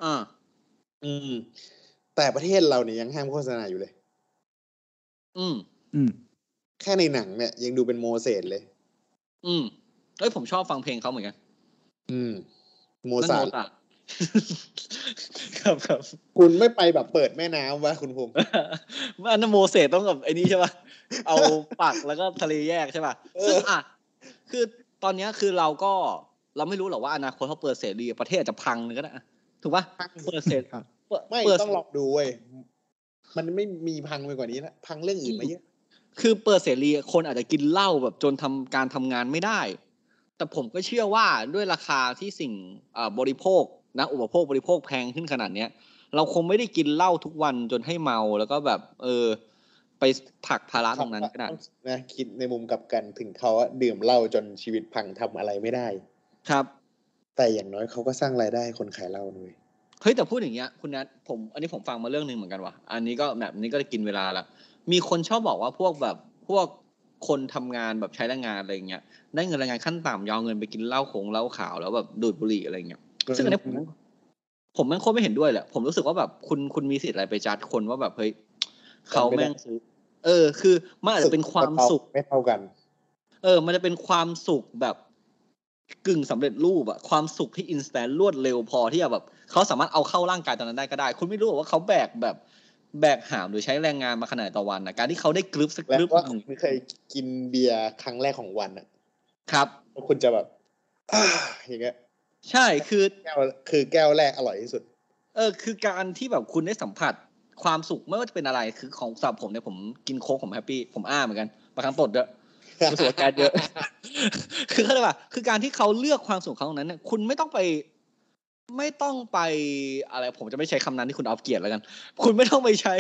Speaker 4: อ่า
Speaker 5: อืม แต่ประเทศเราเนี่ยยังห้ามโฆษณาอยู่เลย
Speaker 4: อืม
Speaker 3: อืม
Speaker 5: แค่ในหนังเนี่ยยังดูเป็นโมเสสเลย
Speaker 4: อืมเอ้ยผมชอบฟังเพลงเขาเหมือนกัน
Speaker 5: อืม โม
Speaker 4: นั่น
Speaker 5: ซาร์
Speaker 4: โม
Speaker 5: ท
Speaker 4: ซาร์ท ครับครับ
Speaker 5: คุณไม่ไปแบบเปิดแม่น้ำวะคุณภูมิ
Speaker 4: อันนั้นโมเสสต้องกับไอ้นี่ใช่ป่ะ เอาปักแล้วก็ทะเลแยกใช่ป่ะ
Speaker 5: เออ
Speaker 4: ซึ่งอ่ะ คือตอนเนี้ยคือเราก็เราไม่รู้หรอกว่าอนาคตเขาเปิดเสรีประเทศอาจจะพังเลยก็ได้อะถูกป่ะ เปิดเสรี
Speaker 3: ครับ
Speaker 4: เปิด
Speaker 5: ไม่
Speaker 4: เปิด
Speaker 5: ต้องลองดูเว้ย มันไม่มีพังไปกว่านี้นะพังเรื่องอื่นมาเยอะ
Speaker 4: คือเปิดเสรีคนอาจจะกินเหล้าแบบจนทำการทำงานไม่ได้ แต่ผมก็เชื่อว่าด้วยราคาที่สิ่งอ่าบริโภคนะอุปโภคบริโภคแพงขึ้นขนาดเนี้ย เราคงไม่ได้กินเหล้าทุกวันจนให้เมาแล้วก็แบบ เออ ไปผลักภาระตรงนั้นขนาด
Speaker 5: นะคิดในมุมกลับกันถึงเขาอะดื่มเหล้าจนชีวิตพังทำอะไรไม่ได้
Speaker 4: ครับ
Speaker 5: แต่อย่างน้อยเขาก็สร้างรายได้ให้คนขายเหล้าด้วย
Speaker 4: เฮ้ยแต่พูดอย่างเงี้ยคุณนัทผมอันนี้ผมฟังมาเรื่องหนึ่งเหมือนกันว่ะอันนี้ก็แบบนี้ก็จะกินเวลาละมีคนชอบบอกว่าพวกแบบพวกคนทำงานแบบใช้แรงงานอะไรอย่างเงี้ยได้เงินแรงงานขั้นต่ำยอมเงินไปกินเหล้าขงเหล้าขาวแล้วแบบดูดบุหรี่อะไรอย่างเงี้ย ซึ่งอันเนี้ยผมผมแม่งโคตรไม่เห็นด้วยแหละผมรู้สึกว่าแบบคุณคุณมีสิทธิ์อะไรไปจัดคนว่าแบบเฮ้ยเขาแม่งซื้อ เออ คือมันอาจจะเป็นความสุข
Speaker 5: ไม่เท่ากัน
Speaker 4: เออ มันจะเป็นความสุขแบบกึ่งสำเร็จรูปอะความสุขที่อินสแตนรวดเร็วพอที่จะแบบเขาสามารถเอาเข้าร่างกายตอนนั้นได้ก็ได้ คุณไม่รู้หรอกว่าเขาแบกแบบแบกหามหรือใช้แรงงานมาขนาดต่อวันนะการที่เขาได้กรึบสักก
Speaker 5: แล้ว
Speaker 4: รึบ
Speaker 5: ว่า
Speaker 4: ห
Speaker 5: คุ
Speaker 4: นึ่ง
Speaker 5: ณเคยกินเบียร์ครั้งแรกของวันอ่ะ
Speaker 4: ครับ
Speaker 5: แล้วคุณจะแบบ อ่าอย่างเงี้ย
Speaker 4: ใช่คือ
Speaker 5: แก้วคือแก้วแรกอร่อยที่สุด
Speaker 4: เออคือการที่แบบคุณได้สัมผัสความสุขไม่ว่าจะเป็นอะไรคือของสำหรับผมเนี่ยผมกินโค้กผมแฮปปี้ผมอ้าเหมือนกันบางครั้งตดเยอะรู้สึกว่าแก๊สเยอะ คือเขาเรียกว่า คือการที่เขาเลือกความสุขเขาตรงนั้นเนี่ยคุณไม่ต้องไป ไม่ต้องไปอะไร ผมจะไม่ใช้คำนั้นที่คุณเอาเกียรติแล้วกัน คุณไม่ต้องไปใช้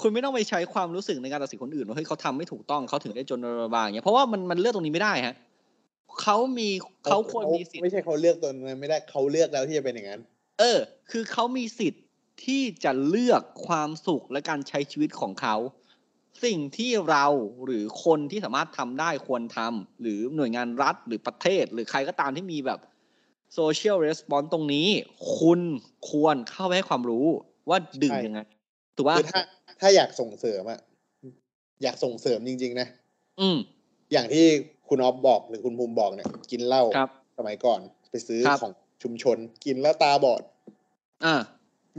Speaker 4: คุณไม่ต้องไปใช้ความรู้สึกในการตัดสินคนอื่นว่าเฮ้ยเขาทำไม่ถูกต้องเขาถึงได้จนระบายอย่างเงี้ยเพราะว่ามันมันเลือกตรงนี้ไม่ได้ฮะเขามีเขาควรมีสิทธิ
Speaker 5: ไม่ใช่เขาเลือกตัวนั้นไม่ได้เขาเลือกแล้วที่จะเป็นอย่างนั้น
Speaker 4: เออ คือเขามีสิทธิ์ที่จะเลือกความสุขและการใช้ชีวิตของเขา สิ่งที่เราหรือคนที่สามารถทำได้ควรทำหรือหน่วยงานรัฐหรือประเทศ หรือใครก็ตามที่มีแบบโซเชียลเรสปอน e ตรงนี้ คุณควรเข้าไปให้ความรู้ว่าดึง
Speaker 5: ใช่
Speaker 4: ยังไงถูกป่ะ
Speaker 5: คือถ้าถ้าอยากส่งเสริมอะอยากส่งเสริมจริง ๆ นะ
Speaker 4: อืม
Speaker 5: อย่างที่คุณออฟบอกหรือคุณภูมิบอกเนี่ย กินเหล้า
Speaker 4: ครับ
Speaker 5: สมัยก่อนไปซื้อ
Speaker 4: ครับ
Speaker 5: ของชุมชน กินแล้วตาบอด
Speaker 4: อ่า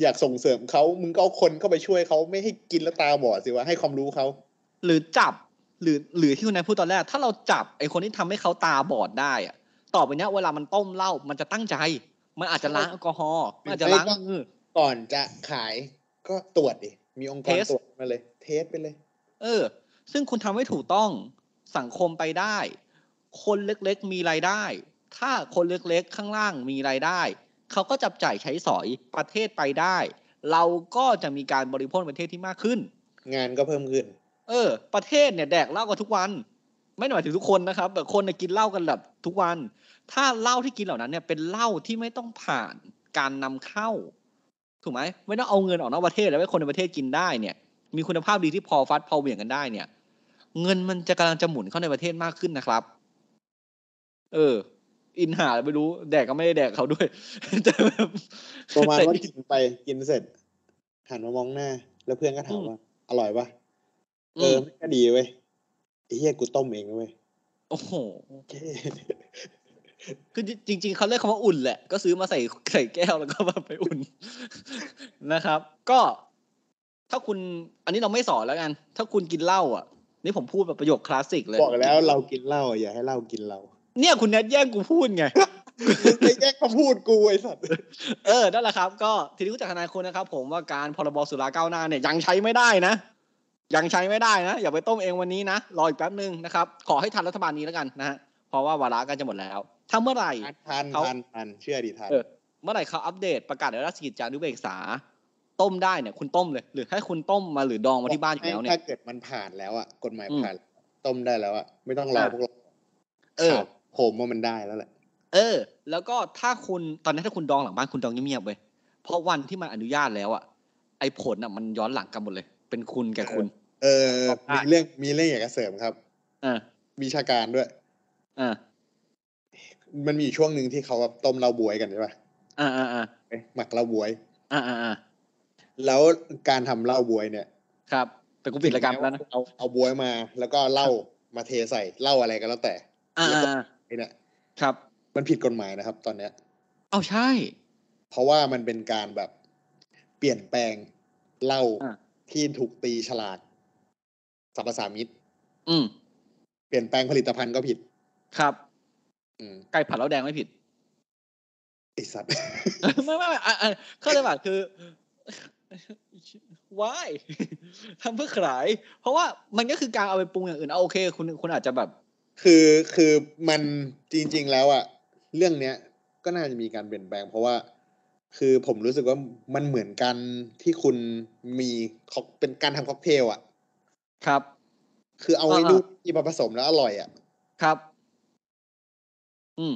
Speaker 5: อยากส่งเสริมเขามึงก็เอาคนเข้าไปช่วยเขาไม่ให้กินแล้วตาบอดสิวะให้ความรู้เขา
Speaker 4: หรือจับหรือหรือที่คุณนายพูดตอนแรก ถ้าเราจับไอ้คนที่ทำให้เขาตาบอดได้อะต่อไปเนี้ยเวลามันต้มเหล้ามันจะตั้งใจ มันอาจจะล้างแอลกอฮอล์มันอาจจะล้างมือ
Speaker 5: ก่อนจะขายก็ตรวจดิมีองค์กร
Speaker 4: Test
Speaker 5: ตรวจมาเลย เทสไปเลย
Speaker 4: เออ ซึ่งคุณทำให้ถูกต้องสังคมไปได้ คนเล็กๆมีรายได้ ถ้าคนเล็กๆข้างล่างมีรายได้ เขาก็จับจ่ายใช้สอยประเทศไปได้ เราก็จะมีการบริโภคในประเทศที่มากขึ้น
Speaker 5: งานก็เพิ่มขึ้น
Speaker 4: เออ ประเทศเนี่ยแดกเหล้ากันทุกวัน ไม่ได้หมายถึงทุกคนนะครับแต่คนเนี่ยกินเหล้ากันแบบทุกวัน ถ้าเหล้าที่กินเหล่านั้นเนี่ยเป็นเหล้าที่ไม่ต้องผ่านการนำเข้า ถูกไหมไม่ต้องเอาเงินออกนอกประเทศแล้วให้คนในประเทศกินได้เนี่ย มีคุณภาพดีที่พอฟัดพอเหวี่ยงกันได้เนี่ย เงินมันจะกำลังจะหมุนเข้าในประเทศมากขึ้นนะครับ เออ อินหาอะไรไม่รู้ แดกก็ไม่ได้แดกเขาด้วย แต่แบบ
Speaker 5: ประมาณว่า
Speaker 4: แต่
Speaker 5: กินไปกินเสร็จหันมามองหน้า แล้วเพื่อนก็ถามว่า อร่อยปะเอ
Speaker 4: อื
Speaker 5: อ
Speaker 4: ม
Speaker 5: มันก็ดีเว้ยไอ้เฮียกูต้มเองเว้ย
Speaker 4: โอ้โห
Speaker 5: เจ๊
Speaker 4: คือจริง ๆเขาเรียกคำว่าอุ่นแหละ ก็ซื้อมาใส่ ใส่แก้วแล้วก็มาไปอุ่น นะครับ ก็ถ้าคุณอันนี้เราไม่สอนแล้วกัน ถ้าคุณกินเหล้าอ่ะ นี่ผมพูดแบบประโยคคลาสสิกเลย
Speaker 5: บอกแล้วเรากินเหล้าอย่าให้เหล้ากินเรา
Speaker 4: เนี่ยคุณแนทแย่งกูพูดไง
Speaker 5: มึงไปแยกคำพูดกูไอ้สัตว์
Speaker 4: เออ นั่นแหละครับ ก็ทีนี้รู้จักทนายคุณนะครับ ผมว่าการพรบสุราก้าวหน้าเนี่ยยังใช้ไม่ได้นะ ยังใช้ไม่ได้นะ อย่าไปต้มเองวันนี้นะ รออีกแป๊บหนึ่งนะครับ ขอให้ทันรัฐบาลนี้แล้วกันนะฮะ เพราะว่าวาระก็จะหมดแล้ว ถ้าเมื่อไหร่
Speaker 5: ทัน
Speaker 4: เขา
Speaker 5: ทันทันเชื่อดิทัน
Speaker 4: เออ เมื่อไหร่เขาอัปเดตประกาศราชกิจจานุเบกษา ต้มได้เนี่ยคุณต้มเลย หรือให้คุณต้มมาหรือดองมาที่บ้านอยู่แล้วเนี่ย
Speaker 5: ถ้าเกิดมันผ่านแล้วอ่ะกฎหมาย
Speaker 4: อืม
Speaker 5: ผ่าน ต้มได้แล้วอ่ะไม่ต้องรอ
Speaker 4: อ่ะ
Speaker 5: พวกเรา
Speaker 4: เออ
Speaker 5: ข่าวผมว่ามันได้แล้วแหละ
Speaker 4: เออ แล้วก็ถ้าคุณตอนนี้ถ้าคุณดองหลังบ้านคุณดองเงียบๆเว้ยเพราะวันที่มันอนุญาตแล้วอ่ะไอ้ผลอ่ะมันย้อนหลังกันหมดเลย เป็นคุณแก่คุณ
Speaker 5: เออ
Speaker 4: ได้
Speaker 5: มีเรื่องมีเรื่องอยากจะเสริมครับ
Speaker 4: อ่า
Speaker 5: วิชาการด้วย
Speaker 4: อ่า
Speaker 5: มันมีอยู่ช่วงหนึ่งที่เขาแบบต้มเหล้าบวยกันใช่ปะ
Speaker 4: อ่าอ่าอ่า
Speaker 5: เอ้ยหมักเหล้าบวย
Speaker 4: อ่าอ่าอ่า
Speaker 5: แล้วการทำเหล้าบวยเนี่ย
Speaker 4: ครับ แต่กูปิดรายการไปแล้วนะ
Speaker 5: เอาเอาบวยมา แล้วก็เหล้ามาเทใส่เหล้าอะไรก็แล้วแต่
Speaker 4: อ่าอ่าอ่า
Speaker 5: ไอ้เนี่ย
Speaker 4: ครับ
Speaker 5: มันผิดกฎหมายนะครับ ตอนเนี้ย
Speaker 4: เอาใช่
Speaker 5: เพราะว่ามันเป็นการแบบเปลี่ยนแปลงเหล้า
Speaker 4: อ่ะ
Speaker 5: ที่ถูกตีฉลากสรรพสามิต
Speaker 4: อืม
Speaker 5: เปลี่ยนแปลงผลิตภัณฑ์ก็ผิด
Speaker 4: ครับ
Speaker 5: อืม
Speaker 4: ไก่ผัดแล้วแดงไม่ผิด
Speaker 5: ไอสัตว์
Speaker 4: ไม่ไม่ไม่อ่ะอ่ะเข้าใจป่ะคือ why ทำเพื่อขาย เพราะว่ามันก็คือการเอาไปปรุงอย่างอื่นเอาโอเค คุณคุณอาจจะแบบ
Speaker 5: คือคือมันจริง ๆ แล้วอะเรื่องเนี้ยก็น่าจะมีการเปลี่ยนแปลง เพราะว่าคือผมรู้สึกว่ามันเหมือนกันที่คุณมีค็อกเป็นการทำค็อกเทลอะ
Speaker 4: ครับ
Speaker 5: คือเอาไอ้
Speaker 4: อ่าๆ
Speaker 5: ลูกที่มาผสมแล้วอร่อยอะ
Speaker 4: ครับ อืม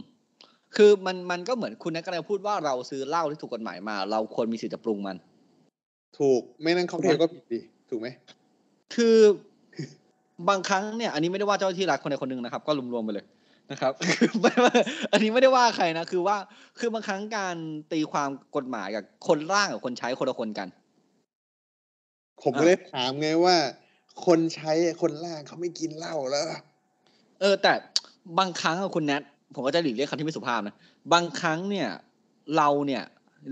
Speaker 4: คือมันมันก็เหมือนคุณนะกำลังพูดว่าเราซื้อเหล้าที่ถูกกฎหมายมา เราควรมีสิทธิ์จะปรุงมัน
Speaker 5: ถูกไม่นั้นค็อกเทลก็ผิดดิถูกไหม
Speaker 4: คือ บางครั้งเนี่ย อันนี้ไม่ได้ว่าเจ้าหน้าที่รัฐคนใดคนหนึ่งนะครับ ก็รวมๆไปเลยนะครับ คือไม่ว่าอันนี้ไม่ได้ว่าใครนะคือว่า คือบางครั้งการตีความกฎหมายกับคนร่างกับคนใช้คนละคนกัน
Speaker 5: ผม
Speaker 4: อ่ะ
Speaker 5: ก็เลยถามไงว่า คนใช้คนล่างเขาไม่กินเหล้าแล้ว
Speaker 4: เออ แต่บางครั้งอะคุณแนทผมก็จะหลีกเลี่ยงคำที่ไม่สุภาพนะ บางครั้งเนี่ย เราเนี่ย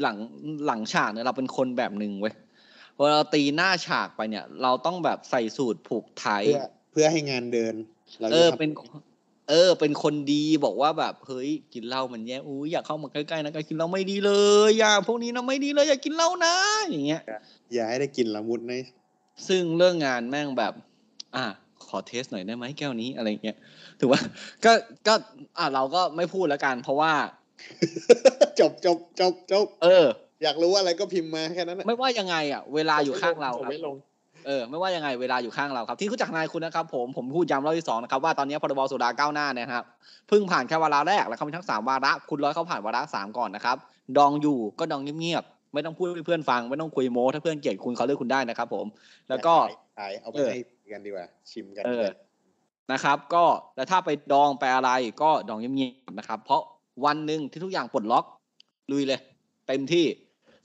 Speaker 4: หลังหลังฉากเนี่ยเราเป็นคนแบบหนึ่งเว้ยพอเราตีหน้าฉากไปเนี่ย เราต้องแบบใส่สูตรผูกไทย
Speaker 5: เพื่อเพื่อให้งานเดินรา
Speaker 4: เออ
Speaker 5: จะทำ
Speaker 4: เป็น เออ เป็นคนดีบอกว่าแบบเฮ้ยกินเหล้ามันแย่อู้อยากเข้ามาใกล้ๆนะก็กินเหล้าไม่ดีเลยอย่าพวกนี้นะไม่ดีเลย อย่ากินเหล้านะ อย่างเงี้ย
Speaker 5: อย่าให้ได้กินละมุดนะ
Speaker 4: ซึ่งเรื่องงานแม่งแบบ อ่ะขอเทสหน่อยได้ไหมแก้วนี้อะไรเงี้ยถือว่า ก็ก็อ่ะเราก็ไม่พูดแล้วกัน เพราะว่า
Speaker 5: จบจบจบจบ
Speaker 4: เออ
Speaker 5: อยากรู้อะไรก็พิมพ์มาแค่นั้นน่ะ
Speaker 4: ไม่ว่ายังไงอ่ะเวลาอยู่ข้างเรา
Speaker 5: จบ
Speaker 4: ครับ
Speaker 5: ไม่ลง
Speaker 4: เออไม่ว่ายังไงเวลาอยู่ข้างเราครับที่รู้จักนายคุณนะครับ ผมผมพูดย้ำรอบที่สองนะครับว่าตอนนี้พรบสุราก้าวหน้าเนยนะครับเพิ่งผ่านแค่วาระแรกแล้วเขามีทั้งสามวาระ คุณร้อยเขาผ่านวาระสามก่อนนะครับ ดองอยู่ก็ดองเงียบๆไม่ต้องพูดให้เพื่อนฟังไม่ต้องคุยโม้ถ้าเพื่อนเกลียดคุณเขาเลือกคุณได้นะครับ ผม แล้วก็
Speaker 5: ขายเอาไป
Speaker 4: เออ
Speaker 5: ให้กันดีกว่า ชิมกัน
Speaker 4: เออ นะครับ ก็ แต่ถ้าไปดองไปอะไรก็ดองเงียบๆนะครับ เพราะวันหนึ่งที่ทุกอย่างปลดล็อก ลุยเลย เต็มที่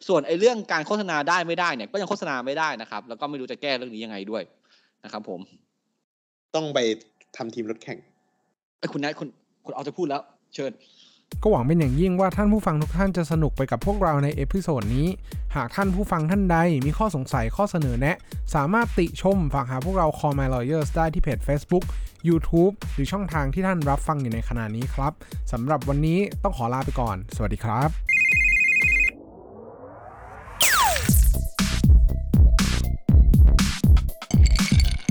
Speaker 4: ส่วนไอ้เรื่องการโฆษณาได้ไม่ได้เนี่ย ก็ยังโฆษณาไม่ได้นะครับ แล้วก็ไม่รู้จะแก้เรื่องนี้ยังไงด้วยนะครับ ผม
Speaker 5: ต้องไปทำทีมรถแข่ง
Speaker 4: ไอ้ยคุณนายคุณคุณเอาจะพูดแล้ว เชิญ
Speaker 3: ก็หวังเป็นอย่างยิ่งว่าท่านผู้ฟังทุกท่านจะสนุกไปกับพวกเราในเอพิโซดนี้ หากท่านผู้ฟังท่านใดมีข้อสงสัยข้อเสนอแนะ สามารถติชมฝากหาพวกเรา Call My Lawyers ได้ที่เพจ Facebook YouTube หรือช่องทางที่ท่านรับฟังอยู่ในขณะนี้ครับสำหรับวันนี้ต้องขอลาไปก่อน สวัสดีครับ